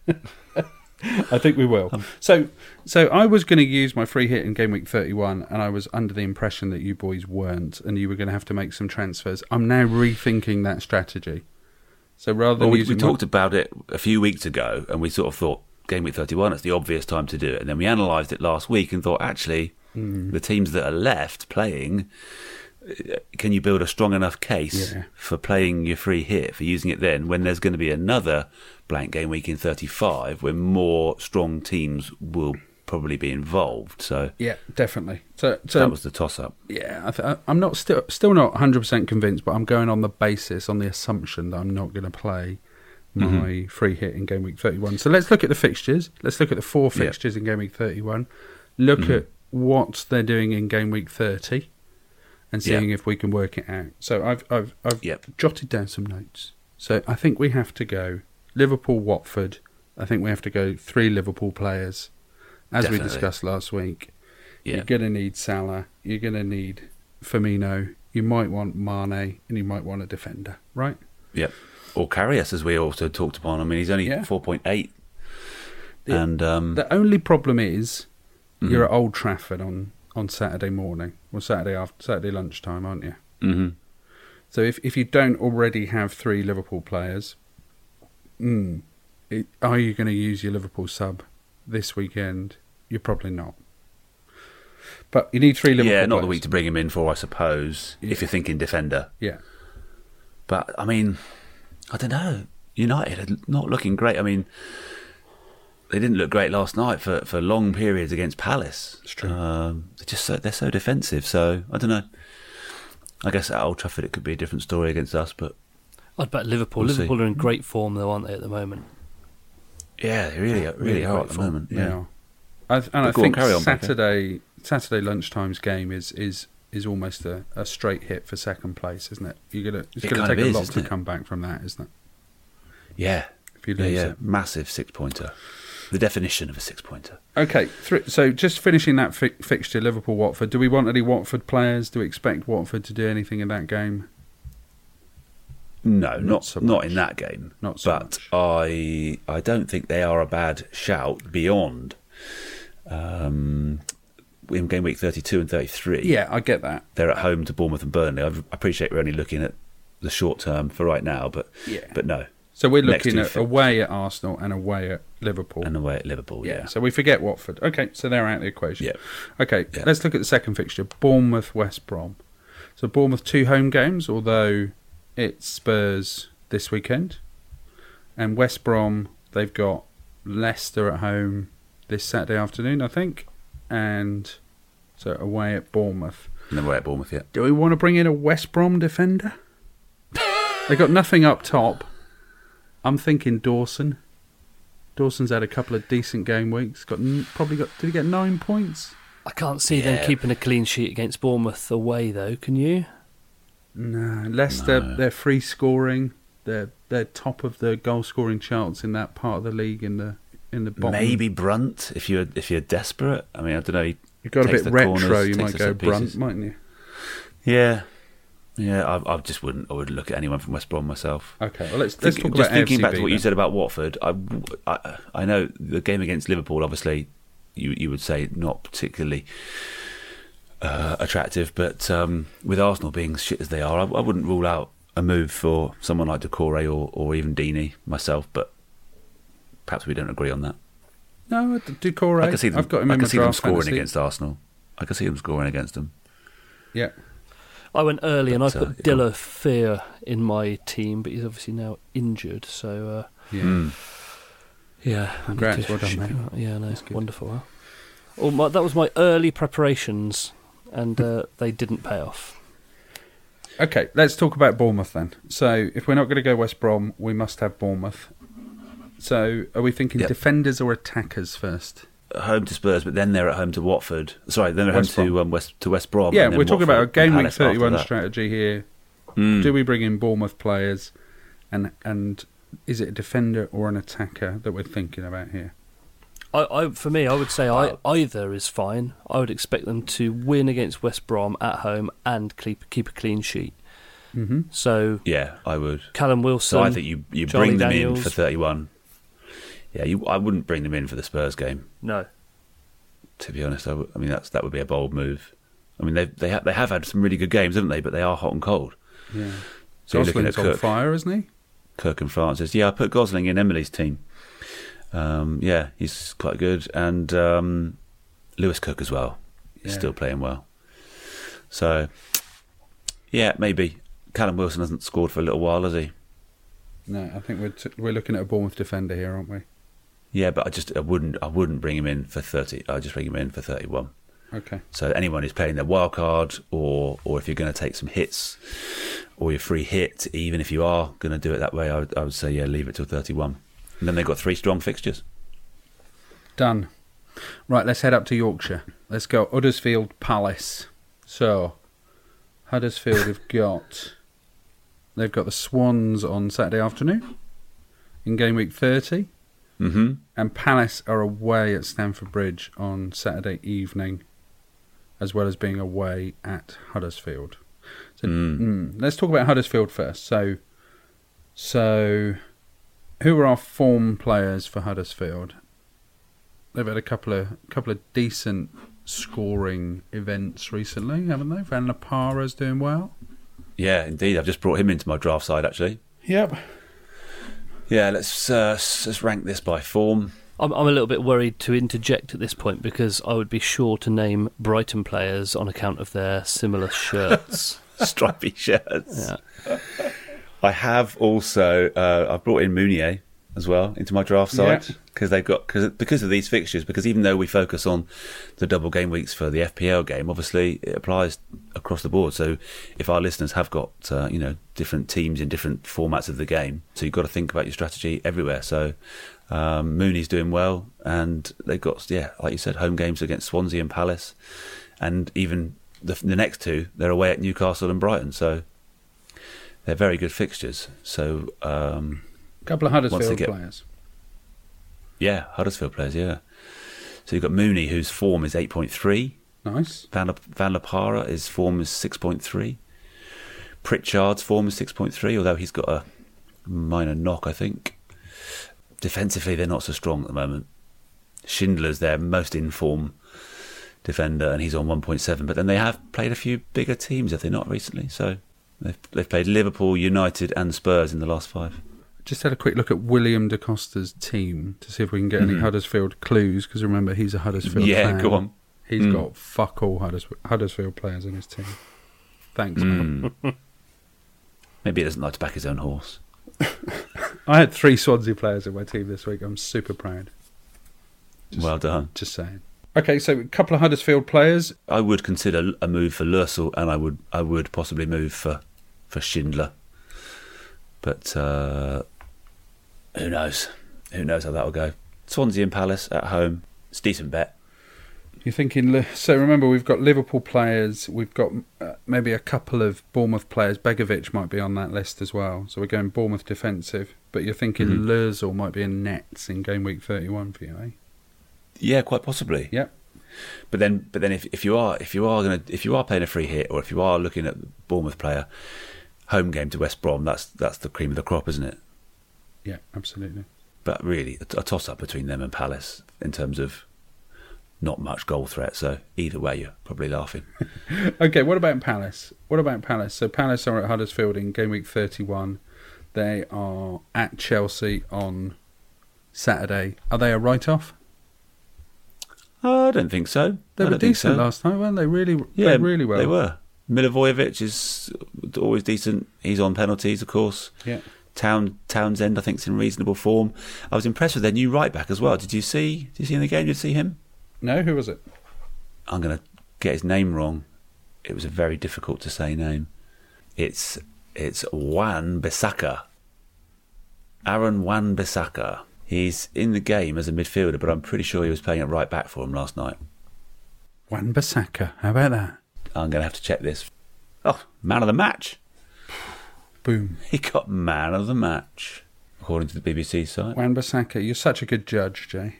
Speaker 2: I think we
Speaker 1: Um,
Speaker 2: will. So, so I was going to use my free hit in game week thirty-one, and I was under the impression that you boys weren't, and you were going to have to make some transfers. I'm now rethinking that strategy So rather than
Speaker 1: Well, we, we
Speaker 2: using
Speaker 1: talked about it a few weeks ago, and we sort of thought game week 31 it's the obvious time to do it. And then we analysed it last week and thought, actually,
Speaker 2: Hmm.
Speaker 1: the teams that are left playing, uh, can you build a strong enough case
Speaker 2: Yeah.
Speaker 1: for playing your free hit, for using it then, when there's going to be another blank game week in 35 where more strong teams will probably be involved? So
Speaker 2: yeah, definitely. So so
Speaker 1: that was the toss up.
Speaker 2: yeah, I th- I- I'm not still still not 100 percent convinced, but I'm going on the basis on the assumption that I'm not going to play my
Speaker 1: Mm-hmm.
Speaker 2: free hit in game week 31. So let's look at the fixtures. Let's look at the four
Speaker 1: Yeah. Mm-hmm.
Speaker 2: fixtures in game week 31. Look at what they're doing in game week 30, and
Speaker 1: Yeah.
Speaker 2: seeing if we can work it out. So I've I've I've
Speaker 1: Yep.
Speaker 2: jotted down some notes. So I think we have to go Liverpool Watford. I think we have to go three Liverpool players, as we
Speaker 1: Definitely.
Speaker 2: discussed last week.
Speaker 1: Yeah.
Speaker 2: You're going to need Salah. You're going to need Firmino. You might want Mane, and you might want a defender, right?
Speaker 1: Yep. Or Carrius, as we also talked upon. I mean, he's only
Speaker 2: Yeah.
Speaker 1: 4.8.
Speaker 2: Yeah.
Speaker 1: And um,
Speaker 2: The only problem is
Speaker 1: Mm-hmm.
Speaker 2: you're at Old Trafford on, on Saturday morning or Saturday after Saturday lunchtime, aren't you?
Speaker 1: mhm.
Speaker 2: So if if you don't already have three Liverpool players, mm, it, are you going to use your Liverpool sub this weekend? You're probably not. But you need three Liverpool.
Speaker 1: yeah, not
Speaker 2: players.
Speaker 1: the week to bring him in for, I suppose, if you're thinking defender.
Speaker 2: Yeah,
Speaker 1: But I mean, I don't know. United are not looking great. I mean, they didn't look great last night for, for long periods against Palace.
Speaker 2: It's true.
Speaker 1: Um, they're just so, they're so defensive. So I don't know. I guess at Old Trafford it could be a different story against us, but
Speaker 3: I'd bet Liverpool.
Speaker 1: We'll see.
Speaker 3: Liverpool are in great form, though, aren't they, at the moment?
Speaker 1: yeah, they really, really, are at the
Speaker 2: grateful.
Speaker 1: moment.
Speaker 2: They
Speaker 1: Yeah,
Speaker 2: are. I th- and I
Speaker 1: But go on,
Speaker 2: think
Speaker 1: carry on, Becca.
Speaker 2: Saturday Saturday lunchtime's game is is is almost a, a straight hit for second place, isn't it? You're gonna it's
Speaker 1: It
Speaker 2: gonna
Speaker 1: kind of
Speaker 2: take a
Speaker 1: is,
Speaker 2: lot
Speaker 1: isn't
Speaker 2: to
Speaker 1: it?
Speaker 2: come back from that, isn't it?
Speaker 1: yeah,
Speaker 2: If you
Speaker 1: yeah,
Speaker 2: lose
Speaker 1: yeah.
Speaker 2: it.
Speaker 1: Massive six pointer. The definition of a six pointer.
Speaker 2: Okay, thr so just finishing that fi- fixture, Liverpool Watford. Do we want any Watford players? Do we expect Watford to do anything in that game?
Speaker 1: No, not not,
Speaker 2: so much.
Speaker 1: in that game.
Speaker 2: Not so
Speaker 1: but I I don't think they are a bad shout beyond um, in game week thirty two and thirty three.
Speaker 2: Yeah, I get that.
Speaker 1: they're at home to Bournemouth and Burnley. I appreciate we're only looking at the short term for right now, but
Speaker 2: Yeah.
Speaker 1: but no,
Speaker 2: So we're
Speaker 1: Next
Speaker 2: looking
Speaker 1: two
Speaker 2: at
Speaker 1: fi-
Speaker 2: away at Arsenal and away at Liverpool.
Speaker 1: and away at Liverpool. Yeah,
Speaker 2: So we forget Watford. Okay, so they're out of the equation.
Speaker 1: Yeah.
Speaker 2: Okay,
Speaker 1: Yeah.
Speaker 2: let's look at the second fixture Bournemouth West Brom. So Bournemouth two home games, although it's Spurs this weekend. And West Brom, they've got Leicester at home this Saturday afternoon, I think. And so away at Bournemouth.
Speaker 1: and away at Bournemouth. Yeah,
Speaker 2: Do we want to bring in a West Brom defender? they got nothing up top. I'm thinking Dawson. Dawson's had a couple of decent game weeks. Got n- probably got. Did he get nine points?
Speaker 3: I can't see
Speaker 1: Yeah.
Speaker 3: them keeping a clean sheet against Bournemouth away, though. Can you?
Speaker 2: No. Leicester,
Speaker 1: No.
Speaker 2: they're free scoring. They're they're top of the goal scoring charts in that part of the league in the in the bottom.
Speaker 1: maybe Brunt if you're if you're desperate. I mean, I don't know. He
Speaker 2: you've got a
Speaker 1: takes
Speaker 2: bit
Speaker 1: the
Speaker 2: retro.
Speaker 1: corners,
Speaker 2: you
Speaker 1: takes
Speaker 2: might
Speaker 1: the
Speaker 2: go
Speaker 1: set pieces.
Speaker 2: Brunt, mightn't you?
Speaker 1: Yeah, yeah. I, I just wouldn't. I would look at anyone from West Brom myself.
Speaker 2: Okay. Well, let's let's
Speaker 1: Think-
Speaker 2: talk
Speaker 1: just
Speaker 2: about
Speaker 1: thinking
Speaker 2: AFCB
Speaker 1: back to what you
Speaker 2: then.
Speaker 1: said about Watford. I, I, I know the game against Liverpool, obviously, you you would say not particularly uh, attractive, but um, with Arsenal being shit as they are, I, I wouldn't rule out a move for someone like Decore or or even Deeney myself. But perhaps we don't agree on that.
Speaker 2: No, Ducore.
Speaker 1: I can see them.
Speaker 2: I've got him
Speaker 1: I
Speaker 2: in
Speaker 1: can
Speaker 2: my
Speaker 1: see them
Speaker 2: draft
Speaker 1: scoring
Speaker 2: fantasy.
Speaker 1: against Arsenal. I can see them scoring against them.
Speaker 2: Yeah.
Speaker 3: I went early and I
Speaker 1: But, uh,
Speaker 3: put Dilla Fear in my team, but he's obviously now injured. So uh,
Speaker 2: Yeah.
Speaker 1: Mm.
Speaker 3: yeah, I need
Speaker 2: Congrats,
Speaker 3: to
Speaker 2: well done,
Speaker 3: shoot
Speaker 2: mate.
Speaker 3: him out. Yeah, no,
Speaker 2: That's good.
Speaker 3: wonderful. Huh? Well, my, that was my early preparations, and uh, they didn't pay off.
Speaker 2: Okay, let's talk about Bournemouth then. So, if we're not going to go West Brom, we must have Bournemouth. So, are we thinking
Speaker 1: Yep.
Speaker 2: defenders or attackers first?
Speaker 1: Home to Spurs, but then they're at home to Watford. Sorry, then they're
Speaker 2: West
Speaker 1: home
Speaker 2: Brom.
Speaker 1: to um, West to West Brom.
Speaker 2: yeah,
Speaker 1: and then
Speaker 2: we're talking
Speaker 1: Watford
Speaker 2: about a
Speaker 1: and
Speaker 2: game week
Speaker 1: Palace after
Speaker 2: 31
Speaker 1: that.
Speaker 2: strategy here.
Speaker 1: Mm.
Speaker 2: Do we bring in Bournemouth players and and is it a defender or an attacker that we're thinking about here?
Speaker 3: I, I, for me, I would say I, either is fine. I would expect them to win against West Brom at home and keep, keep a clean sheet.
Speaker 2: hmm
Speaker 3: So
Speaker 1: Yeah, I would.
Speaker 3: Callum Wilson.
Speaker 1: So I think you you
Speaker 3: Charlie
Speaker 1: bring them in
Speaker 3: Daniels.
Speaker 1: for thirty one. Yeah, you. I wouldn't bring them in for the Spurs game.
Speaker 3: No.
Speaker 1: To be honest, I, w- I mean that's that would be a bold move. I mean they they ha- they have had some really good games, haven't they? But they are hot and cold.
Speaker 2: Yeah.
Speaker 1: So you're looking
Speaker 2: Goslin's
Speaker 1: at
Speaker 2: on
Speaker 1: Cook.
Speaker 2: fire, isn't he?
Speaker 1: Kirk and Francis. Yeah, I put Gosling in Emily's team. Um, yeah, he's quite good, and um, Lewis Cook as well. He's
Speaker 2: Yeah.
Speaker 1: still playing well. So, yeah, maybe Callum Wilson hasn't scored for a little while, has he?
Speaker 2: No, I think we're t- we're looking at a Bournemouth defender here, aren't we?
Speaker 1: Yeah, but I just I wouldn't I wouldn't bring him in for thirty. I just bring him in for thirty-one.
Speaker 2: Okay.
Speaker 1: So anyone who's playing their wild card, or or if you're going to take some hits, or your free hit, even if you are going to do it that way, I would, I would say yeah, leave it till 31. And then they've got three strong fixtures.
Speaker 2: Done. Right, let's head up to Yorkshire. Let's go Huddersfield Palace. So, Huddersfield have got they've got the Swans on Saturday afternoon in game week 30,
Speaker 1: hmm
Speaker 2: and Palace are away at Stamford Bridge on Saturday evening, as well as being away at Huddersfield. So,
Speaker 1: Mm.
Speaker 2: mm, let's talk about Huddersfield first. So, so who are our form players for Huddersfield? They've had a couple of couple of decent scoring events recently, haven't they? Van La Para's doing well.
Speaker 1: Yeah, indeed. I've just brought him into my draft side actually.
Speaker 2: Yep.
Speaker 1: Yeah, let's uh, s- let's rank this by form.
Speaker 3: I'm, I'm a little bit worried to interject at this point because I would be sure to name Brighton players on account of their similar shirts.
Speaker 1: Stripy shirts.
Speaker 3: Yeah.
Speaker 1: I have also uh, I've brought in Mounier as well into my draft
Speaker 2: Yeah.
Speaker 1: side because they've got cause, because of these fixtures. Because even though we focus on the double game weeks for the FPL game, obviously it applies across the board. So if our listeners have got uh, you know different teams in different formats of the game, so you've got to think about your strategy everywhere. So um, Mooney's doing well, and they've got yeah, like you said, home games against Swansea and Palace, and even the, the next two they're away at Newcastle and Brighton. So they're very good fixtures. So um,
Speaker 2: couple of
Speaker 1: Once
Speaker 2: Huddersfield
Speaker 1: they get-
Speaker 2: players.
Speaker 1: yeah, Huddersfield players. Yeah. So you've got Mooney, whose form is eight point three.
Speaker 2: Nice.
Speaker 1: Van, Van Lapara, his form is six point three. Pritchard's form is six point three, although he's got a minor knock, I think. Defensively, they're not so strong at the moment. Schindler's their most in form defender, and he's on one point seven. But then they have played a few bigger teams, have they not recently? So they've they've played Liverpool, United, and Spurs in the last five.
Speaker 2: Just had a quick look at William da Costa's team to see if we can get any Huddersfield clues because remember he's a Huddersfield
Speaker 1: Mm-hmm. yeah,
Speaker 2: fan.
Speaker 1: go on.
Speaker 2: He's
Speaker 1: Mm.
Speaker 2: got fuck all Huddersfield, Huddersfield players in his team. Thanks.
Speaker 1: Mm.
Speaker 2: man.
Speaker 1: Maybe he doesn't like to back his own horse.
Speaker 2: I had three Swansea players in my team this week. I'm super proud. Just-
Speaker 1: well done.
Speaker 2: Just saying. Okay, so a couple of Huddersfield players.
Speaker 1: I would consider a move for Lursel, and I would I would possibly move for for Schindler. But uh, who knows? Who knows how that'll go? Swansea and Palace at home. It's a decent bet.
Speaker 2: You're thinking. Li- So remember, we've got Liverpool players. We've got uh, maybe a couple of Bournemouth players. Begovic might be on that list as well. So we're going Bournemouth defensive. But you're thinking
Speaker 1: Mhm.
Speaker 2: Lursel might be in nets in game week 31 for you, eh?
Speaker 1: Yeah, quite possibly.
Speaker 2: Yep.
Speaker 1: But then, but then, if, if you are if you are gonna if you are playing a free hit, or if you are looking at the Bournemouth player, home game to West Brom, that's that's the cream of the crop, isn't it?
Speaker 2: Yeah, absolutely.
Speaker 1: But really, a, a toss up between them and Palace in terms of not much goal threat. So either way, you're probably laughing.
Speaker 2: Okay, what about Palace? What about Palace? So Palace are at Huddersfield in game week 31. They are at Chelsea on Saturday. Are they a write off?
Speaker 1: I don't think so.
Speaker 2: They
Speaker 1: I
Speaker 2: were
Speaker 1: don't think
Speaker 2: decent
Speaker 1: so.
Speaker 2: last time, weren't they? Really,
Speaker 1: Yeah,
Speaker 2: played really well.
Speaker 1: They were. Milivojevic is always decent. He's on penalties, of course.
Speaker 2: Yeah.
Speaker 1: Town Townsend, I think, is in reasonable form. I was impressed with their new right back as well. Did you see? Did you see in the game? Did you see him?
Speaker 2: No, who was it?
Speaker 1: I'm going to get his name wrong. It was a very difficult to say name. It's it's Juan Bissaka. Aaron Juan Bissaka. He's in the game as a midfielder, but I'm pretty sure he was playing at right back for him last night.
Speaker 2: Wan Bissaka. How about that?
Speaker 1: I'm going to have to check this. Oh, man of the match.
Speaker 2: Boom.
Speaker 1: He got man of the match, according to the BBC site.
Speaker 2: Wan Bissaka. You're such a good judge, Jay.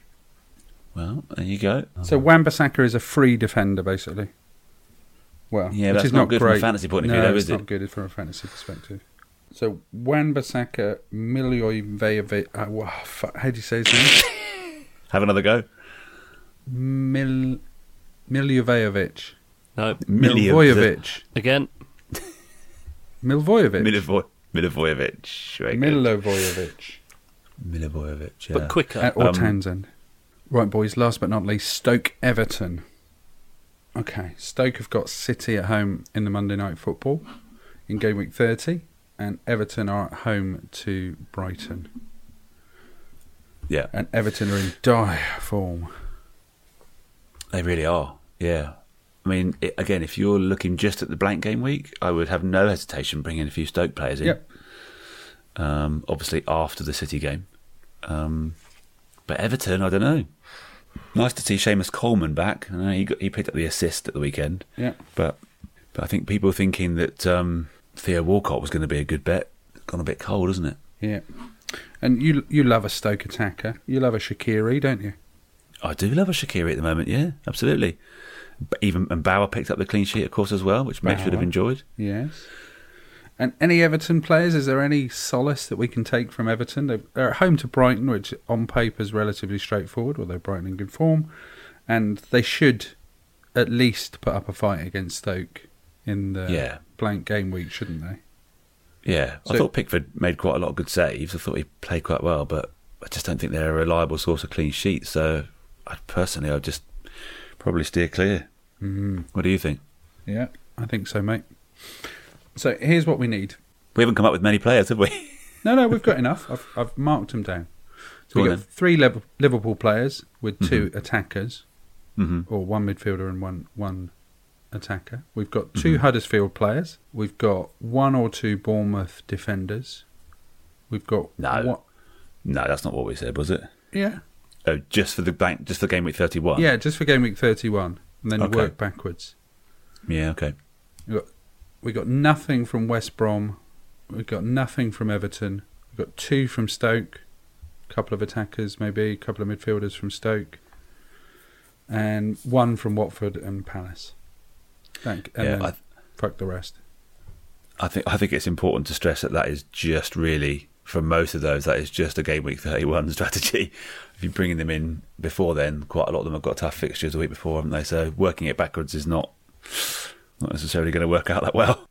Speaker 1: Well, there you go.
Speaker 2: So Wan Bissaka is a free defender, basically. Well,
Speaker 1: Yeah,
Speaker 2: which
Speaker 1: that's
Speaker 2: is
Speaker 1: not
Speaker 2: not,
Speaker 1: good from a
Speaker 2: great.
Speaker 1: fantasy point of
Speaker 2: no,
Speaker 1: view, though,
Speaker 2: it's
Speaker 1: is it?
Speaker 2: not good from a fantasy perspective. So Wan Bissaka, Milivojevic. Uh, wow, fuck, how do you say his name?
Speaker 1: Have another go.
Speaker 2: Mil, Milivojevic.
Speaker 3: no,
Speaker 1: Milio-
Speaker 2: Milivojevic.
Speaker 3: again,
Speaker 2: Milivojevic.
Speaker 1: Milivo- Milivojevic. Very good.
Speaker 2: Milivojevic.
Speaker 1: Milivojevic, yeah.
Speaker 3: but quicker.
Speaker 2: Uh, or
Speaker 1: Um,
Speaker 2: Townsend. Right, boys, last but not least, Stoke Everton. Okay, Stoke have got City at home in the Monday night football in game week 30, and Everton are at home to Brighton.
Speaker 1: Yeah.
Speaker 2: And Everton are in dire form.
Speaker 1: They really are. Yeah. I mean, i again, if you're looking just at the blank game week, I would have no hesitation bringing a few Stoke players in.
Speaker 2: Yep.
Speaker 1: Um, obviously, after the City game. Um, but Everton, I don't know. Nice to see Seamus Coleman back. I know he got, he picked up the assist at the weekend,
Speaker 2: Yeah.
Speaker 1: but but I think people thinking that um, Theo Walcott was going to be a good bet. Gone a bit cold, isn't it?
Speaker 2: Yeah. And you you love a Stoke attacker. You love a Shakiri, don't you?
Speaker 1: I do love a Shakiri at the moment. Yeah, absolutely. But even and Bauer picked up the clean sheet, of course, as well, which Mitch would have
Speaker 2: Bauer.
Speaker 1: enjoyed.
Speaker 2: Yes. And any Everton players? Is there any solace that we can take from Everton? They- They're at home to Brighton, which on paper is relatively straightforward, although Brighton in good form, and they should at least put up a fight against Stoke in the
Speaker 1: Yeah.
Speaker 2: blank game week, shouldn't they?
Speaker 1: Yeah,
Speaker 2: So-
Speaker 1: I thought Pickford made quite a lot of good saves. I thought he played quite well, but I just don't think they're a reliable source of clean sheets. So, I personally, I'd just probably steer clear.
Speaker 2: Mm,
Speaker 1: What do you think?
Speaker 2: yeah, I think so, mate. So here's what we need.
Speaker 1: We haven't come up with many players, have we?
Speaker 2: No, no, we've got enough. I've, I've marked them down. So
Speaker 1: Go
Speaker 2: we've
Speaker 1: on Mm-hmm.
Speaker 2: got three Liv- Liverpool players with 2 attackers.
Speaker 1: hmm
Speaker 2: or one midfielder and one one attacker. We've got 2
Speaker 1: Mm-hmm.
Speaker 2: Huddersfield players. We've got one or two Bournemouth defenders. We've got
Speaker 1: No.
Speaker 2: one-
Speaker 1: No, that's not what we said, was it?
Speaker 2: yeah,
Speaker 1: Oh, just for the bank, just for game week thirty-one.
Speaker 2: yeah, just for game week thirty-one, and then
Speaker 1: Okay.
Speaker 2: work backwards.
Speaker 1: yeah, okay.
Speaker 2: We got we got nothing from West Brom. We've got nothing from Everton. We've got two from Stoke. A couple of attackers, maybe a couple of midfielders from Stoke, and one from Watford and Palace. Thank and
Speaker 1: yeah,
Speaker 2: then
Speaker 1: I,
Speaker 2: fuck the rest.
Speaker 1: I think I think it's important to stress that that is just really for most of those that is just a game week thirty-one strategy. If you're bringing them in before then, quite a lot of them have got tough fixtures the week before, haven't they? So working it backwards is not not necessarily going to work out that well.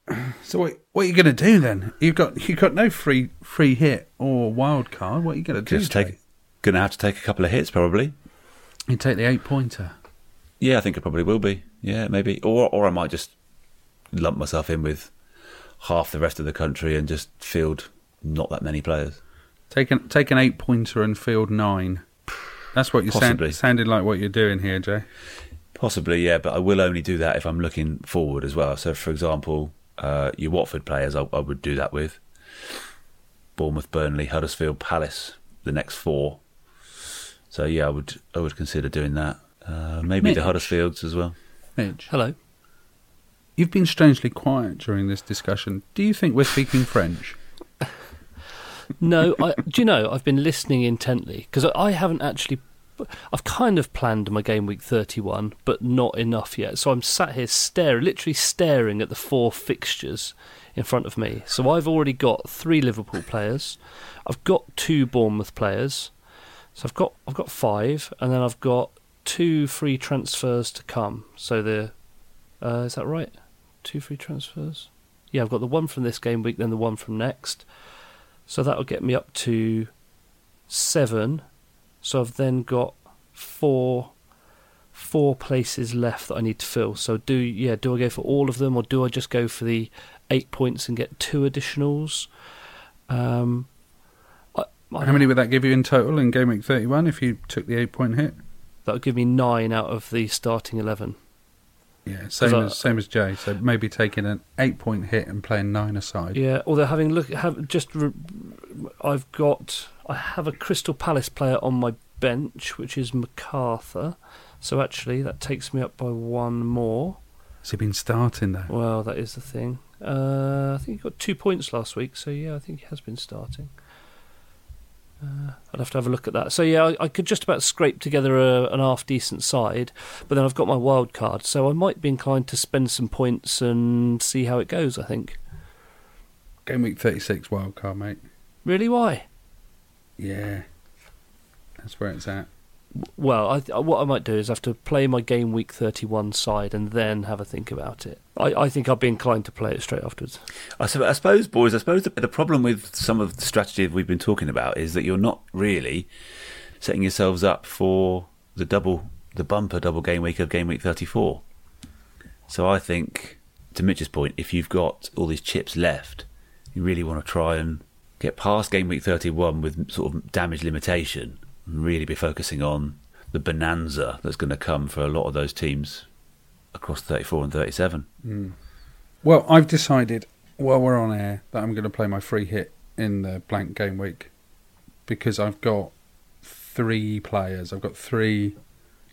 Speaker 2: So what, what are you going to do then? You've got you've got no free free hit or wild card. What are you going to do?
Speaker 1: Just take
Speaker 2: Jake?
Speaker 1: going to have to take a couple of hits probably.
Speaker 2: you take the eight pointer.
Speaker 1: Yeah, I think I probably will be. Yeah, maybe, or or I might just lump myself in with half the rest of the country and just field not that many players.
Speaker 2: Take an take an eight pointer and field nine. That's what you sound,
Speaker 1: Possibly.
Speaker 2: sounded like. What you're doing here, Jay?
Speaker 1: Possibly, yeah, but I will only do that if I'm looking forward as well. So, for example, uh, your Watford players, I, I would do that with Bournemouth, Burnley, Huddersfield, Palace, the next four. So, yeah, I would I would consider doing that. Uh, maybe the
Speaker 3: Mitch.
Speaker 1: Huddersfields as well.
Speaker 2: Mitch,
Speaker 3: Hello.
Speaker 2: you've been strangely quiet during this discussion. Do you think we're speaking French?
Speaker 3: No, I, do you know, I've been listening intently because I, I haven't actually. I've kind of planned my game week 31, but not enough yet. So I'm sat here staring, literally staring at the four fixtures in front of me. So I've already got three Liverpool players. I've got two Bournemouth players. So I've got I've got five, and then I've got two free transfers to come. So the uh, is that right? Two free transfers. Yeah, I've got the one from this game week, then the one from next. So that'll get me up to seven. So I've then got four four places left that I need to fill. So do yeah, do I go for all of them or do I just go for the eight points and get two additionals? Um I, I
Speaker 2: How many would that give you in total in game week 31 if you took the eight point hit?
Speaker 3: that'll give me nine out of the starting eleven.
Speaker 2: Yeah, same
Speaker 3: 'Cause I-
Speaker 2: as same as Jay. So maybe taking an eight point hit and playing nine aside.
Speaker 3: Yeah, although having look, have just re- I've got I have a Crystal Palace player on my bench, which is Macarthur. So actually, that takes me up by one more.
Speaker 2: Has he been starting though?
Speaker 3: Well, that is the thing. Uh, I think he got two points last week, so yeah, I think he has been starting. Uh, I'd have to have a look at that. So yeah, I, I could just about scrape together a, an half decent side, but then I've got my wild card, so I might be inclined to spend some points and see how it goes. I think.
Speaker 2: Game week 36 wild card, mate.
Speaker 3: Really, why?
Speaker 2: Yeah. That's where it's at.
Speaker 3: Well, I, what I might do is I have to play my game week 31 side and then have a think about it. I, I think I'd be inclined to play it straight afterwards.
Speaker 1: I sup- I suppose, boys, I suppose the, the problem with some of the strategy we've been talking about is that you're not really setting yourselves up for the double, the bumper double game week of game week 34. So I think, to Mitch's point, if you've got all these chips left, you really want to try and get past game week 31 with sort of damage limitation and really be focusing on the bonanza that's going to come for a lot of those teams across 34 and 37.
Speaker 2: Well, I've decided while we're on air that I'm going to play my free hit in the blank game week because I've got three players. I've got three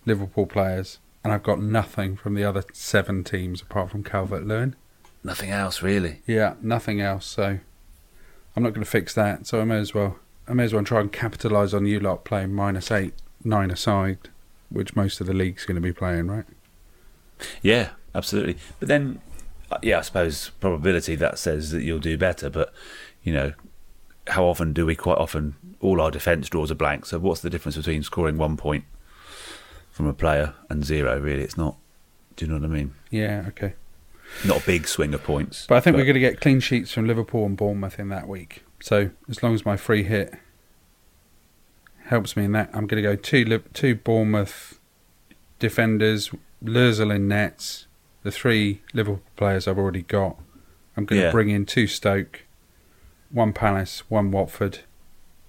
Speaker 2: Liverpool players, and I've got nothing from the other seven teams apart from Calvert Lewin.
Speaker 1: Nothing else, really.
Speaker 2: Yeah, nothing else. So I'm not going to fix that. So I may as well. I may as well try and capitalise on you lot playing minus eight, nine aside, which most of the league's going to be playing, right?
Speaker 1: Yeah, absolutely. But then, uh, yeah, I suppose probability that says that you'll do better. But you know, how often do we? Quite often, all our defence draws a blank. So what's the difference between scoring one point from a player and zero? Really, it's not. Do you know what I mean?
Speaker 2: Yeah, okay.
Speaker 1: Not a big swing of points.
Speaker 2: But I think we're going to get clean sheets from Liverpool and Bournemouth in that week. So as long as my free hit helps me in that, I'm going to go two Lib- two Bournemouth defenders, Lurzel in nets, the three Liverpool players I've already got. I'm going
Speaker 1: Yeah.
Speaker 2: to bring in two Stoke, one Palace, one Watford.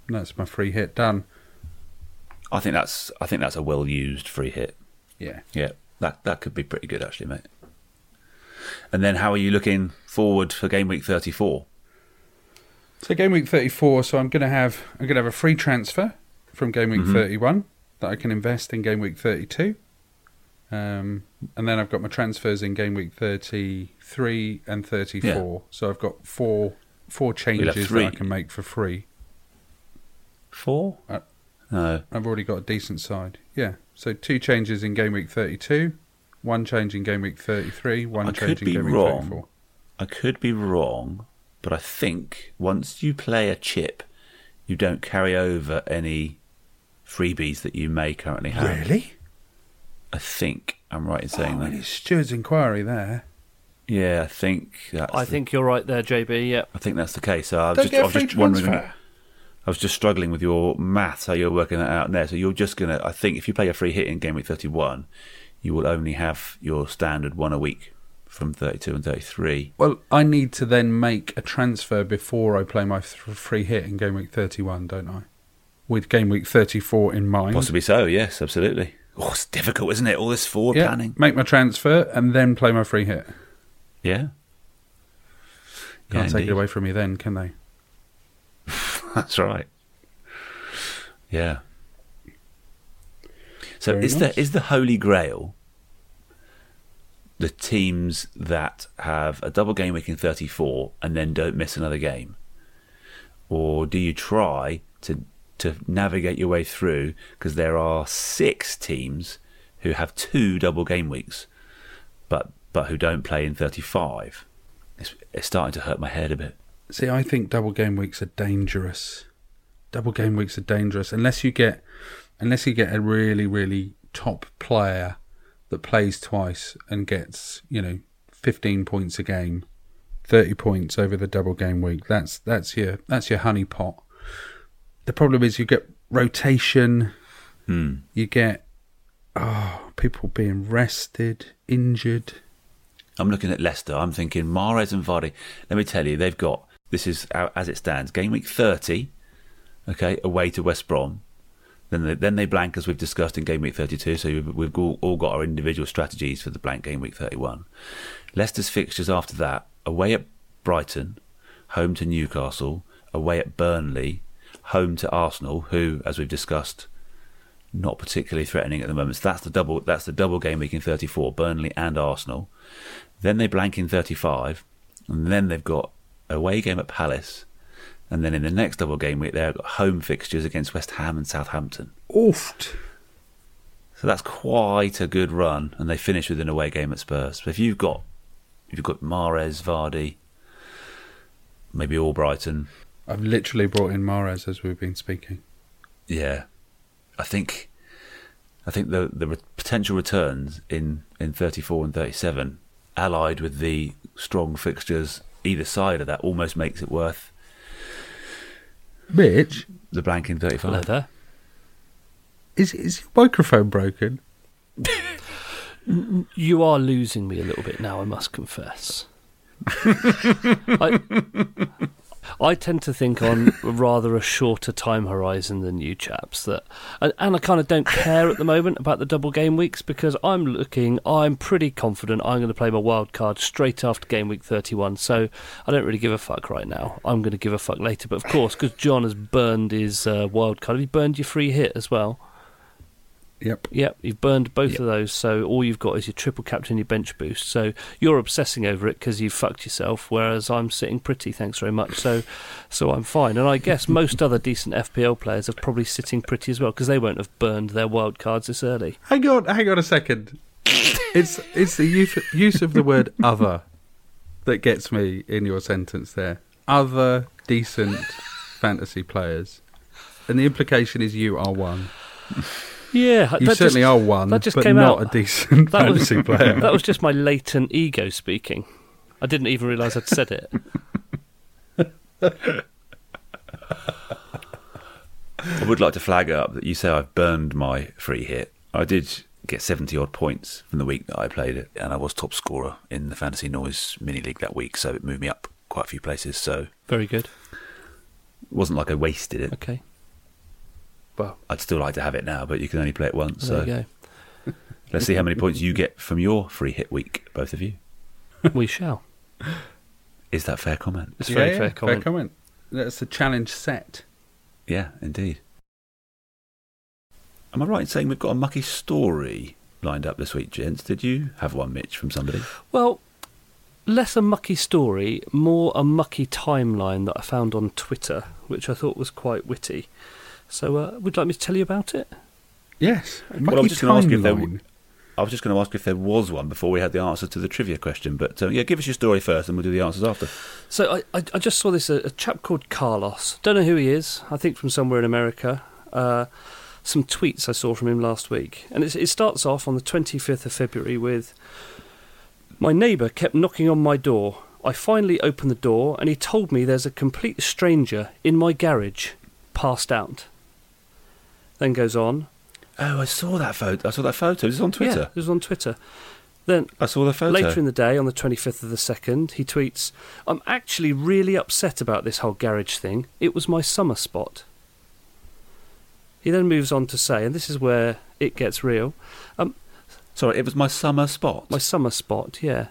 Speaker 2: And that's my free hit done.
Speaker 1: I think that's. I think that's a well used free hit.
Speaker 2: Yeah.
Speaker 1: Yeah, that that could be pretty good actually, mate. And then, how are you looking forward for game week thirty four?
Speaker 2: So game week 34. So I'm going to have I'm going to have a free transfer from game week
Speaker 1: Mm-hmm.
Speaker 2: 31 that I can invest in game week 32. Um, and then I've got my transfers in game week 33 and 34. So I've got four four changes that I
Speaker 1: three.
Speaker 2: can make for free.
Speaker 1: Four?
Speaker 2: Uh,
Speaker 1: no.
Speaker 2: I've already got a decent side. Yeah. So two changes in game week 32, one change in game week 33,
Speaker 1: I
Speaker 2: one
Speaker 1: could
Speaker 2: change in
Speaker 1: be
Speaker 2: game week
Speaker 1: wrong.
Speaker 2: 34.
Speaker 1: I could be wrong, but I think once you play a chip, you don't carry over any freebies that you may currently have.
Speaker 2: Really?
Speaker 1: I think I'm right in saying
Speaker 2: Oh,
Speaker 1: that.
Speaker 2: it's Stuart's inquiry there.
Speaker 1: Yeah, I think that's
Speaker 3: I
Speaker 1: the-
Speaker 3: think you're right there, JB. Yeah.
Speaker 1: I think that's the case. So I was
Speaker 2: Don't
Speaker 1: just,
Speaker 2: get
Speaker 1: I
Speaker 2: a
Speaker 1: was
Speaker 2: free
Speaker 1: just wondering.
Speaker 2: transfer.
Speaker 1: I was just struggling with your maths, how you're working that out there. So you're just gonna. I think if you play a free hit in game week 31, you will only have your standard one a week from 32 and 33.
Speaker 2: Well, I need to then make a transfer before I play my th- free hit in game week 31, don't I? With game week 34 in mind.
Speaker 1: Possibly so. Yes, absolutely. Oh, it's difficult, isn't it? All this forward
Speaker 2: yeah,
Speaker 1: planning.
Speaker 2: make my transfer and then play my free hit.
Speaker 1: Yeah.
Speaker 2: Can't take
Speaker 1: indeed.
Speaker 2: it away from me then, can they?
Speaker 1: That's right. Yeah. So
Speaker 2: Very
Speaker 1: is
Speaker 2: nice.
Speaker 1: the is the holy grail the teams that have a double game week in 34 and then don't miss another game? Or do you try to to navigate your way through because there are six teams who have two double game weeks but but who don't play in 35? It's, it's starting to hurt my head a bit.
Speaker 2: See, I think double game weeks are dangerous. Double game weeks are dangerous unless you get unless you get a really really top player that plays twice and gets, you know, 15 points a game, 30 points over the double game week. That's that's your that's your honey pot. The problem is you get rotation,
Speaker 1: Hmm.
Speaker 2: you get oh, people being rested, injured.
Speaker 1: I'm looking at Leicester. I'm thinking Mares and Vardy. Let me tell you, they've got this is how- as it stands. Game week 30, okay, away to West Brom. Then they, then they blank as we've discussed in game week 32. So we've, we've all, all got our individual strategies for the blank game week 31. Leicester's fixtures after that: away at Brighton, home to Newcastle, away at Burnley, home to Arsenal, who, as we've discussed, not particularly threatening at the moment. So that's the double. That's the double game week in 34: Burnley and Arsenal. Then they blank in 35, and then they've got away game at Palace, and then in the next double game week they've got home fixtures against West Ham and Southampton.
Speaker 2: Oofed.
Speaker 1: So that's quite a good run, and they finish with an away game at Spurs. But if you've got if you've got Mares, Vardy, maybe Albrighton,
Speaker 2: I've literally brought in Mares as we've been speaking.
Speaker 1: yeah, I think I think the the re- potential returns in in 34 and 37, allied with the strong fixtures either side of that, almost makes it worth
Speaker 2: Mitch,
Speaker 1: the blank in 35.
Speaker 3: Hello there.
Speaker 2: is is your microphone broken?
Speaker 3: You are losing me a little bit now, I must confess. I, I tend to think on rather a shorter time horizon than you chaps that and, and I kind of don't care at the moment about the double game weeks because I'm looking I'm pretty confident I'm going to play my wild card straight after game week 31 so I don't really give a fuck right now I'm going to give a fuck later but of course because John has burned his uh, wild card have you burned your free hit as well
Speaker 2: Yep.
Speaker 3: Yep, you've burned both
Speaker 1: Yep.
Speaker 3: of those, so all you've got is your triple captain, your bench boost. So you're obsessing over it because you've fucked yourself, whereas I'm sitting pretty, thanks very much. So, so I'm fine. And I guess most other decent FPL players are probably sitting pretty as well because they won't have burned their wild cards this early.
Speaker 2: Hang on, hang on a second. It's it's the use, use of the word other that gets me in your sentence there. Other decent fantasy players. And the implication is you are one.
Speaker 3: Yeah,
Speaker 2: You
Speaker 3: that
Speaker 2: certainly
Speaker 3: just,
Speaker 2: are one,
Speaker 3: that just
Speaker 2: but
Speaker 3: came
Speaker 2: not
Speaker 3: out-
Speaker 2: a decent
Speaker 3: that was-
Speaker 2: fantasy player.
Speaker 3: That was just my latent ego speaking. I didn't even realise I'd said it.
Speaker 1: I would like to flag up that you say I've burned my free hit. I did get 70 odd points from the week that I played it, and I was top scorer in the Fantasy Noise mini league that week, so it moved me up quite a few places. So
Speaker 3: Very good.
Speaker 1: it wasn't like I wasted it.
Speaker 3: Okay. Well,
Speaker 1: I'd still like to have it now, but you can only play it once.
Speaker 3: there
Speaker 1: So
Speaker 3: you
Speaker 1: let's see how many points you get from your free hit week, both of you.
Speaker 3: go. we shall.
Speaker 1: Is that fair comment?
Speaker 3: It's very
Speaker 2: Yeah,
Speaker 3: fair
Speaker 2: yeah,
Speaker 3: comment.
Speaker 2: That's the challenge set.
Speaker 1: Yeah, indeed. Am I right in saying we've got a mucky story lined up this week, gents? Did you have one, Mitch, from somebody?
Speaker 3: Well, less a mucky story, more a mucky timeline that I found on Twitter, which I thought was quite witty. So, uh, would you like me to tell you about it?
Speaker 2: Yes.
Speaker 1: Well, I was just gonna ask you if there w-
Speaker 2: timeline.
Speaker 1: I was just going to ask if there was one before we had the answer to the trivia question, but uh, yeah, give us your story first, and we'll do the answers after.
Speaker 3: So, I, I, I just saw this a, a chap called Carlos. Don't know who he is. I think from somewhere in America. Uh, some tweets I saw from him last week, and it's, it starts off on the 25th of February with My neighbour kept knocking on my door. I finally opened the door, and he told me there's a complete stranger in my garage, passed out. Then goes on.
Speaker 1: Oh, I saw that photo. I saw that photo. Is it on
Speaker 3: Yeah,
Speaker 1: Twitter?
Speaker 3: it was on Twitter. Then
Speaker 1: I saw the photo.
Speaker 3: Later in the day, on the 25th of the 2nd, he tweets, I'm actually really upset about this whole garage thing. It was my summer spot. He then moves on to say, and this is where it gets real
Speaker 1: Sorry, it was my summer spot.
Speaker 3: my summer spot, yeah.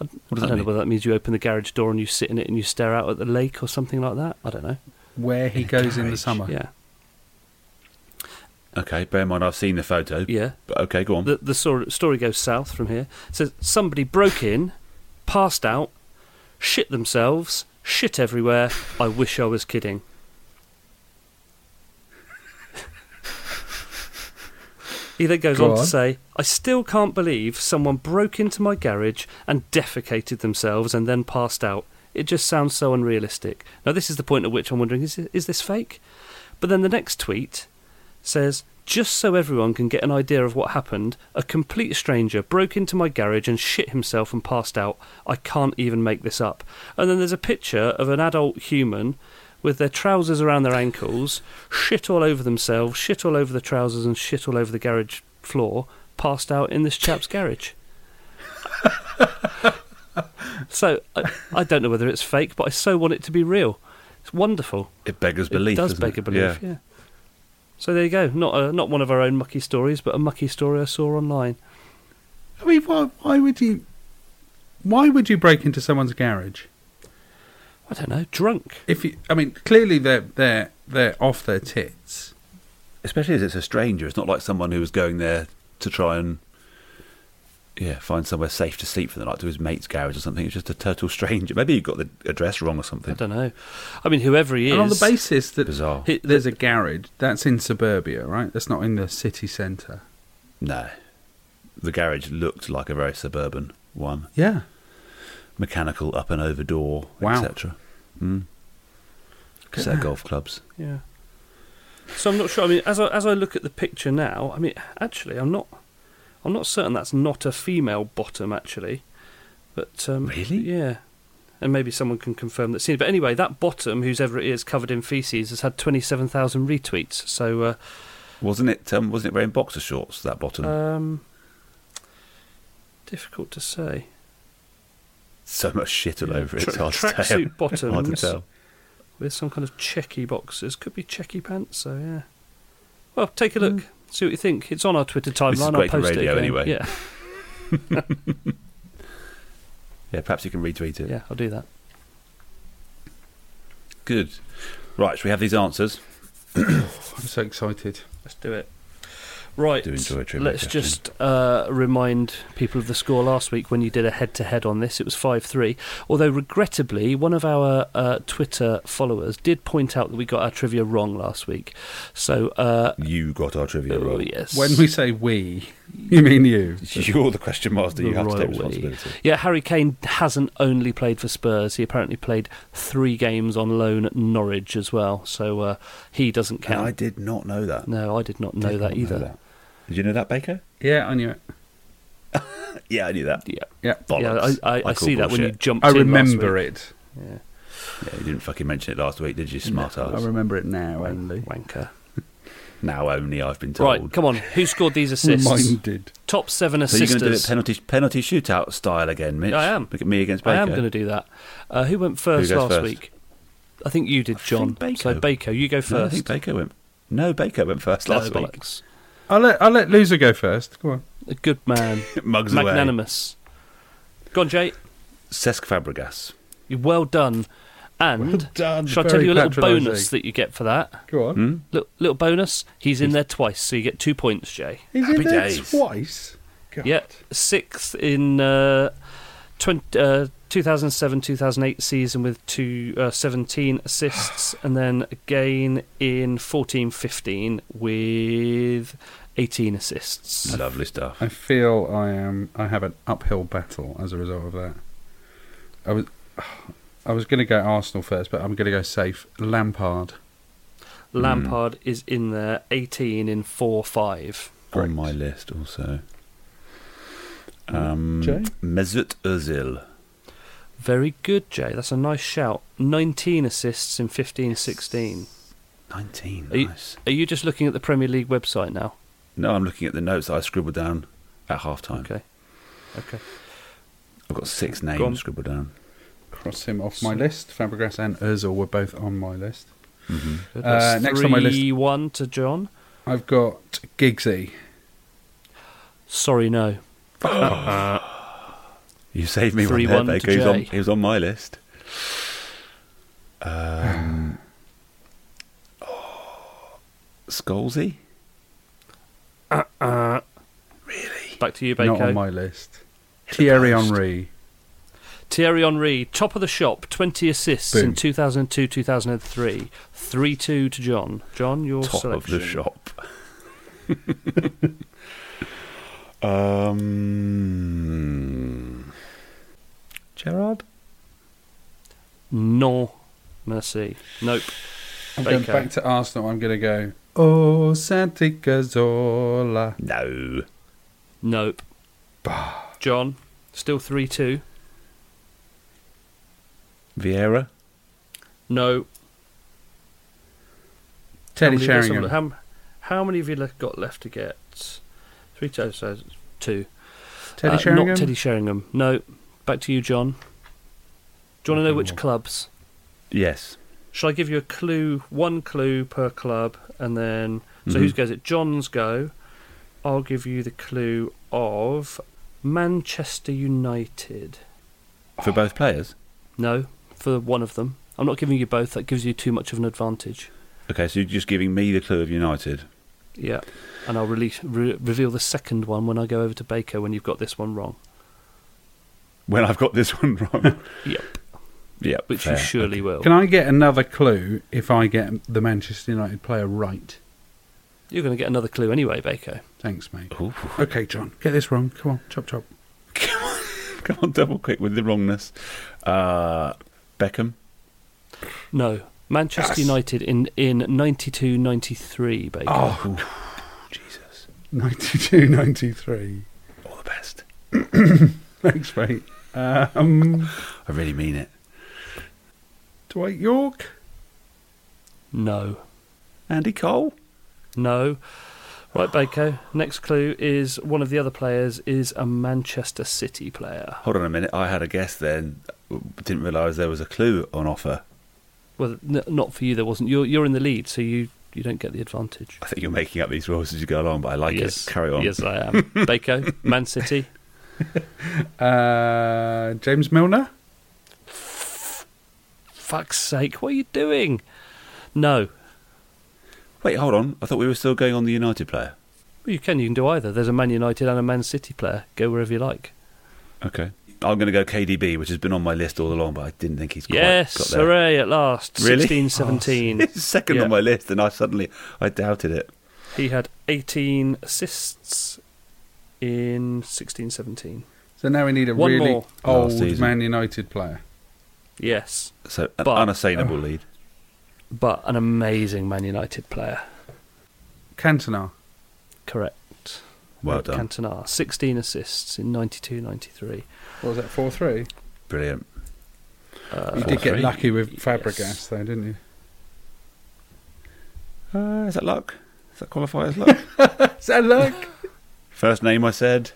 Speaker 3: I,
Speaker 1: What does
Speaker 3: I
Speaker 1: that
Speaker 3: don't know
Speaker 1: mean?
Speaker 3: whether that means you open the garage door and you sit in it and you stare out at the lake or something like that. I don't know.
Speaker 2: where he goes in the
Speaker 1: garage.
Speaker 2: summer.
Speaker 3: Yeah.
Speaker 1: Okay, bear in mind I've seen the photo.
Speaker 3: Yeah.
Speaker 1: But okay, go on.
Speaker 3: The, the sor- story goes south from here. It says somebody broke in, passed out, shit themselves, shit everywhere. I wish I was kidding. he then goes
Speaker 2: Go
Speaker 3: on, to
Speaker 2: on.
Speaker 3: say, I still can't believe someone broke into my garage and defecated themselves and then passed out. It just sounds so unrealistic. Now, this is the point at which I'm wondering is, is this fake? But then the next tweet says, just so everyone can get an idea of what happened, a complete stranger broke into my garage and shit himself and passed out. I can't even make this up. And then there's a picture of an adult human with their trousers around their ankles, shit all over themselves, shit all over the trousers, and shit all over the garage floor, passed out in this chap's garage. so I, I don't know whether it's fake, but I so want it to be real. It's wonderful.
Speaker 1: it beggars belief.
Speaker 3: It does
Speaker 1: doesn't
Speaker 3: beg a belief,
Speaker 1: Yeah.
Speaker 3: yeah. So there you go. Not a, not one of our own mucky stories, but a mucky story I saw online.
Speaker 2: I mean, why, why would you? Why would you break into someone's garage?
Speaker 3: I don't know, drunk.
Speaker 2: If you, I mean, clearly they're they're they're off their tits.
Speaker 1: Especially as it's a stranger. It's not like someone who was going there to try and yeah find somewhere safe to sleep for the night to his mate's garage or something. It's just a total stranger. Maybe you got the address wrong or
Speaker 3: I
Speaker 1: something.
Speaker 3: don't know. I mean, whoever he is,
Speaker 2: And on the basis that
Speaker 1: Bizarre.
Speaker 3: He-
Speaker 2: there's a garage, that's in suburbia, right? That's not in the city centre.
Speaker 1: No, the garage looked like a very suburban one.
Speaker 2: Yeah.
Speaker 1: Mechanical up and over door, Hmm.
Speaker 2: Wow.
Speaker 1: etc. Mm. Set of golf clubs.
Speaker 3: yeah. So I'm not sure. I mean, as I, as I look at the picture now, I mean, actually, I'm not. I'm not certain that's not a female bottom, actually. But um,
Speaker 1: Really?
Speaker 3: yeah, and maybe someone can confirm that scene. But anyway, that bottom, whose ever it is, covered in feces, has had twenty-seven thousand retweets. So uh,
Speaker 1: Wasn't it? Um, wasn't it wearing boxer shorts? That bottom.
Speaker 3: um, difficult to say.
Speaker 1: so much shit all
Speaker 3: yeah,
Speaker 1: over it.
Speaker 3: tra-
Speaker 1: it's hard to tell.
Speaker 3: tracksuit
Speaker 1: Hard to
Speaker 3: bottoms.
Speaker 1: tell.
Speaker 3: with some kind of checky boxes. Could be checky pants, so yeah. Well, take a look, see what you think. It's on our Twitter timeline.
Speaker 1: Hmm. is
Speaker 3: I'll
Speaker 1: great for
Speaker 3: post
Speaker 1: radio
Speaker 3: it again.
Speaker 1: anyway.
Speaker 3: Yeah,
Speaker 1: Yeah, perhaps you can retweet it.
Speaker 3: yeah, I'll do that.
Speaker 1: Good. Right, shall we have these answers?
Speaker 2: I'm so excited.
Speaker 3: Let's do it. Right.
Speaker 1: Do enjoy a trivia
Speaker 3: Let's
Speaker 1: question.
Speaker 3: just uh, remind people of the score last week when you did a head to head on this. It was 5 3. Although, regrettably, one of our uh, Twitter followers did point out that we got our trivia wrong last week. So, uh,
Speaker 1: You got our trivia
Speaker 3: oh,
Speaker 1: wrong.
Speaker 3: yes.
Speaker 2: When we say we, you mean you.
Speaker 1: You're the question master.
Speaker 3: The
Speaker 1: you have to take
Speaker 3: royal we.
Speaker 1: responsibility.
Speaker 3: Yeah, Harry Kane hasn't only played for Spurs. He apparently played three games on loan at Norwich as well. So uh, he doesn't
Speaker 1: And I
Speaker 3: count.
Speaker 1: did not know that.
Speaker 3: no, I did not know
Speaker 1: Did
Speaker 3: that
Speaker 1: not
Speaker 3: either.
Speaker 1: that. Did you know that, Baker?
Speaker 2: Yeah, I knew it.
Speaker 1: Yeah, I knew that.
Speaker 3: Yeah,
Speaker 2: Yeah.
Speaker 1: Bollocks.
Speaker 3: yeah. I, I, I see that when you jumped.
Speaker 2: I
Speaker 3: in last
Speaker 2: remember
Speaker 3: week.
Speaker 2: it.
Speaker 3: Yeah.
Speaker 1: Yeah, you didn't fucking mention it last week, did you, smart
Speaker 2: I
Speaker 1: ass?
Speaker 2: remember it now, only.
Speaker 3: Wanker.
Speaker 1: now only I've been told.
Speaker 3: Right, come on. Who scored these assists?
Speaker 2: Reminded.
Speaker 3: Top seven
Speaker 1: so you're
Speaker 3: assists.
Speaker 1: going to do it penalty penalty shootout style again, Mitch?
Speaker 3: I am.
Speaker 1: Look at me against Baker.
Speaker 3: I am going to do that. Uh, who went first
Speaker 1: goes
Speaker 3: last
Speaker 1: first?
Speaker 3: week? I think you did, John.
Speaker 1: think
Speaker 3: So
Speaker 1: Baco.
Speaker 3: Baker, you go
Speaker 1: No, I
Speaker 3: first.
Speaker 1: think Baker went. No, Baker went first
Speaker 3: No,
Speaker 1: last week.
Speaker 3: bollocks.
Speaker 2: I'll let, I'll let loser go first. Go on.
Speaker 3: A good man.
Speaker 1: Mugs away.
Speaker 3: Magnanimous. Go on, Jay.
Speaker 1: Cesc Fabregas.
Speaker 3: You're well done. And shall I tell you a little bonus that you get for that?
Speaker 2: Go on.
Speaker 1: Hmm?
Speaker 3: Little, little bonus. He's in there twice, so you get two points, Jay.
Speaker 2: He's
Speaker 1: Happy
Speaker 2: in there
Speaker 1: days.
Speaker 2: twice. God.
Speaker 3: Yeah, sixth in uh, 20, uh, 2007 2008 season with two, uh, 17 assists, and then again in 14 15 with 18 assists.
Speaker 1: Lovely stuff.
Speaker 2: I feel I am. I have an uphill battle as a result of that. I was, I was going to go Arsenal first, but I'm going to go safe. Lampard.
Speaker 3: Lampard is in there, 18 in 4 5.
Speaker 2: Great. Mm,
Speaker 1: On my list also. Um,
Speaker 2: Jay?
Speaker 1: Mesut Ozil.
Speaker 3: Very good, Jay. That's a nice shout. 19 assists in 15 16.
Speaker 1: 19.
Speaker 3: Are you-
Speaker 1: Nice.
Speaker 3: Are you just looking at the Premier League website now?
Speaker 1: No, I'm looking at the notes that I scribbled down at half time.
Speaker 3: Okay. Okay.
Speaker 1: I've got six names
Speaker 3: Go on.
Speaker 1: scribbled down.
Speaker 2: Cross him off my list. Fabregas and Özil were both on my list.
Speaker 1: hmm
Speaker 3: Good.
Speaker 2: Uh,
Speaker 3: That's
Speaker 2: next on my list-
Speaker 3: 3-1 to John.
Speaker 2: I've got Giggsy.
Speaker 3: Sorry, no.
Speaker 1: You saved me
Speaker 3: Three,
Speaker 1: one
Speaker 3: one to
Speaker 1: there, Baker. He was, on,
Speaker 3: Jay.
Speaker 1: he was on my list. Um, oh, Scholesy?
Speaker 3: Back to you,
Speaker 2: Not on
Speaker 3: Baker.
Speaker 2: my list. Thierry
Speaker 1: post.
Speaker 2: Henry.
Speaker 3: Thierry Henry, top of the shop, 20 assists in
Speaker 2: Boom.
Speaker 3: 2002 2003. 3 2 to John. John, your
Speaker 1: Top
Speaker 3: selection.
Speaker 1: of the shop. um, Gerard?
Speaker 3: No mercy. Nope.
Speaker 2: I'm going
Speaker 3: Baker.
Speaker 2: back to Arsenal. I'm going to go. Oh, Santi Cazorla.
Speaker 1: No.
Speaker 3: Nope. John, still 3 2.
Speaker 1: Vieira?
Speaker 3: No.
Speaker 2: Teddy
Speaker 3: how many- let's have a
Speaker 2: Sheringham.
Speaker 3: look. How, how many have you le- got left to get? Three two. So two.
Speaker 2: Teddy
Speaker 3: Uh,
Speaker 2: Sheringham.
Speaker 3: Not Teddy Sheringham. No. Back to you, John. Do you want to know
Speaker 2: Okay,
Speaker 3: which
Speaker 2: well.
Speaker 3: clubs?
Speaker 1: Yes.
Speaker 3: Shall I give you a clue? One clue per club, and then so
Speaker 2: Mm-hmm.
Speaker 3: whose goes it? John's go. I'll give you the clue of Manchester United.
Speaker 1: For both players?
Speaker 3: No, for one of them. I'm not giving you both. That gives you too much of an advantage.
Speaker 1: Okay, so you're just giving me the clue of United.
Speaker 3: Yeah, and I'll release re- reveal the second one when I go over to Baker when you've got this one wrong.
Speaker 1: When I've got this one wrong.
Speaker 3: Yep,
Speaker 1: yeah,
Speaker 3: which
Speaker 1: fair.
Speaker 3: you surely will.
Speaker 2: Can I get another clue if I get the Manchester United player right?
Speaker 3: You're going to get another clue anyway, Baker.
Speaker 2: Thanks, mate.
Speaker 1: Ooh.
Speaker 2: Okay, John, get this wrong. Come on, chop chop.
Speaker 1: Come on, double quick with the wrongness. Uh, Beckham?
Speaker 3: No, Manchester
Speaker 2: Yes.
Speaker 3: United in in 92 93 Baker.
Speaker 2: Oh,
Speaker 1: Jesus,
Speaker 2: 92, 93.
Speaker 1: all the best.
Speaker 2: Thanks, mate. Um,
Speaker 1: I really mean it.
Speaker 2: Dwight York?
Speaker 3: No.
Speaker 1: Andy Cole.
Speaker 3: No. Right, Baker. Next clue is one of the other players is a Manchester City player.
Speaker 1: Hold on a minute. I had a guess then. Didn't realise there was a clue on offer.
Speaker 3: Well, n- not for you. There wasn't. You're you're in the lead, so you you don't get the advantage.
Speaker 1: I think you're making up these rules as you go along, but I like
Speaker 3: yes,
Speaker 1: it. Carry on.
Speaker 3: Yes, I am. Baker, Man City.
Speaker 2: Uh, James Milner?
Speaker 3: Fuck's sake! What are you doing? No.
Speaker 1: Wait, hold on. I thought we were still going on the United player.
Speaker 3: Well, you can you can do either. There's a Man United and a Man City player. Go wherever you like.
Speaker 1: Okay. I'm going to go KDB, which has been on my list all along, but I didn't think he's quite got
Speaker 3: yes,
Speaker 1: there.
Speaker 3: hooray! At last,
Speaker 1: Really? Oh,
Speaker 3: sixteen seventeen.
Speaker 1: It's second
Speaker 3: Yeah.
Speaker 1: on my list, and I suddenly I doubted it.
Speaker 3: He had 18 assists in 16 17.
Speaker 2: So now we need a
Speaker 3: One
Speaker 2: really
Speaker 3: more.
Speaker 1: Last
Speaker 2: old
Speaker 1: season.
Speaker 2: Man United player.
Speaker 3: Yes,
Speaker 1: So an
Speaker 3: But- um,
Speaker 1: unassailable lead.
Speaker 3: but an amazing Man United player.
Speaker 2: Cantona.
Speaker 3: Correct.
Speaker 1: Well
Speaker 3: Eric
Speaker 1: done,
Speaker 3: Cantona, 16 assists in 92 93.
Speaker 2: What was that, 4 3?
Speaker 1: brilliant.
Speaker 2: You
Speaker 3: Uh,
Speaker 2: did get
Speaker 1: 4-3.
Speaker 2: lucky with
Speaker 3: Yes.
Speaker 2: Fabregas, though, didn't you?
Speaker 1: Uh, is that luck? Does that qualify as luck?
Speaker 2: Is that luck?
Speaker 1: First name I said.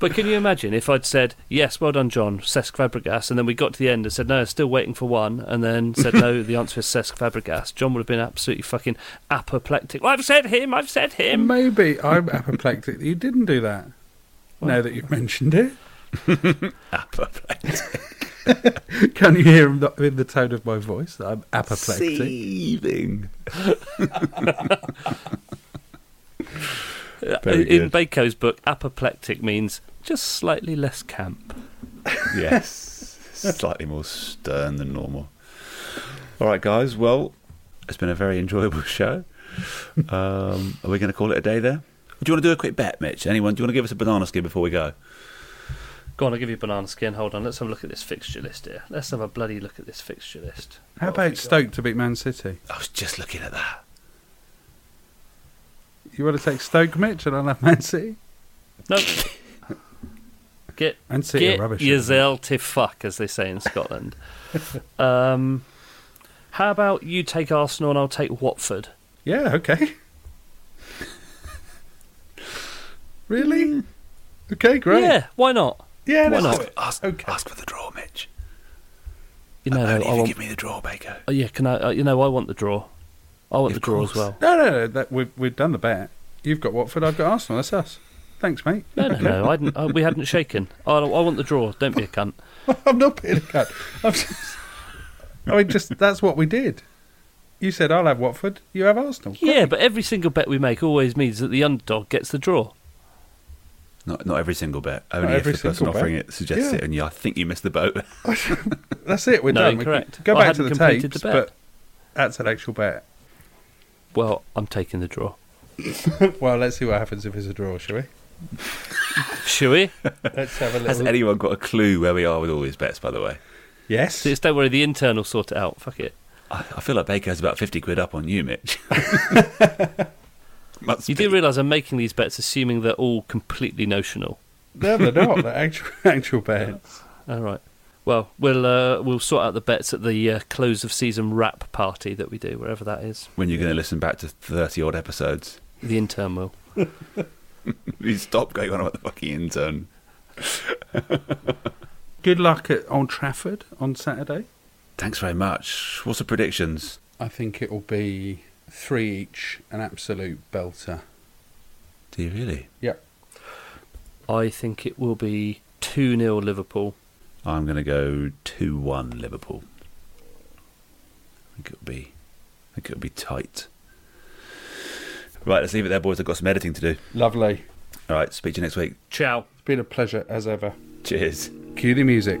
Speaker 3: but can you imagine if I'd said, yes, well done, John, Cesc Fabregas, and then we got to the end and said, no, still waiting for one, and then said, no, the answer is Cesc Fabregas, John would have been absolutely fucking apoplectic. I've said him, I've said him.
Speaker 2: Maybe I'm apoplectic that you didn't do that. Now that you've mentioned it,
Speaker 1: Apoplectic.
Speaker 2: can you hear in the, in the tone of my voice that I'm apoplectic?
Speaker 1: Seething. very
Speaker 3: In
Speaker 1: good.
Speaker 3: Baco's book, apoplectic means just slightly less camp.
Speaker 1: Yes. Slightly more stern than normal. All right, guys. Well, it's been a very enjoyable show. Um, are we going to call it a day there? Do you want to do a quick bet, Mitch? Anyone? Do you want to give us a banana skin before we go?
Speaker 3: Go on, I'll give you a banana skin. Hold on, let's have a look at this fixture list here. Let's have a bloody look at this fixture list.
Speaker 2: How about Stoke to beat Man City?
Speaker 1: I was just looking at that.
Speaker 2: You want to take Stoke, Mitch, and I'll have Man City?
Speaker 3: No. Get,
Speaker 2: Man City are
Speaker 3: get
Speaker 2: rubbish.
Speaker 3: yourself to fuck, as they say in Scotland. um, how about you take Arsenal and I'll take Watford?
Speaker 2: Yeah, okay. really? Okay, great.
Speaker 3: Hmm. Yeah, why not?
Speaker 2: Yeah,
Speaker 3: Why
Speaker 2: let's
Speaker 3: not?
Speaker 2: do it.
Speaker 1: Ask,
Speaker 2: Okay.
Speaker 1: ask for the draw, Mitch.
Speaker 3: You know,
Speaker 1: Only
Speaker 3: I
Speaker 1: if you
Speaker 3: want,
Speaker 1: give me the draw, Baker.
Speaker 3: oh, yeah, can I? Uh, you know, I want the draw. I want
Speaker 1: Of
Speaker 3: the draw as
Speaker 1: course.
Speaker 3: well.
Speaker 2: No, no, no. That, we've, we've done the bet. You've got Watford, I've got Arsenal. That's us. Thanks, mate.
Speaker 3: No, no, no. I didn't, I, we hadn't shaken. I, I want the draw. Don't be a cunt.
Speaker 2: I'm not being a cut. I'm just, I mean, just that's what we did. You said I'll have Watford. You have Arsenal.
Speaker 3: Yeah, but every single bet we make always means that the underdog gets the draw.
Speaker 1: Not, not every single bet. Only if
Speaker 2: every
Speaker 1: the person
Speaker 2: single bet.
Speaker 1: offering it suggests
Speaker 2: Yeah.
Speaker 1: it, and you, I think you missed the boat.
Speaker 2: That's it. We're
Speaker 3: No,
Speaker 2: done. We can
Speaker 3: incorrect.
Speaker 2: Go
Speaker 3: I
Speaker 2: back to the tapes,
Speaker 3: hadn't completed the bet.
Speaker 2: but that's an actual bet.
Speaker 3: Well, I'm taking the draw.
Speaker 2: well, let's see what happens if it's a draw, shall we?
Speaker 3: Shall we?
Speaker 2: Let's have a
Speaker 1: Has
Speaker 2: little.
Speaker 1: anyone got a clue where we are with all these bets? By the way,
Speaker 2: yes.
Speaker 3: Just don't worry, the internal sort it out. Fuck it.
Speaker 1: I, I feel like Baker has about fifty quid up on you, Mitch. Must
Speaker 3: You
Speaker 1: be.
Speaker 3: do realise I'm making these bets assuming they're all completely notional.
Speaker 2: No, they're not. They're actual actual bets.
Speaker 3: All right. Well, we'll uh, we'll sort out the bets at the uh, close of season wrap party that we do, wherever that is.
Speaker 1: when you're going to listen back to thirty odd episodes,
Speaker 3: The intern will.
Speaker 1: you stop going on about the fucking intern.
Speaker 2: Good luck at Old Trafford on Saturday.
Speaker 1: Thanks very much. What's the predictions?
Speaker 2: I think it will be three each, an absolute belter.
Speaker 1: Do you really?
Speaker 2: Yep.
Speaker 3: I think it will be 2 0 Liverpool.
Speaker 1: I'm going to go two-one Liverpool. I think it'll be, I think it'll be tight. Right, let's leave it there, boys. I've got some editing to do.
Speaker 2: Lovely.
Speaker 1: All right, speak to you next week.
Speaker 3: Ciao.
Speaker 2: It's been a pleasure as ever.
Speaker 1: Cheers.
Speaker 2: Cue the music.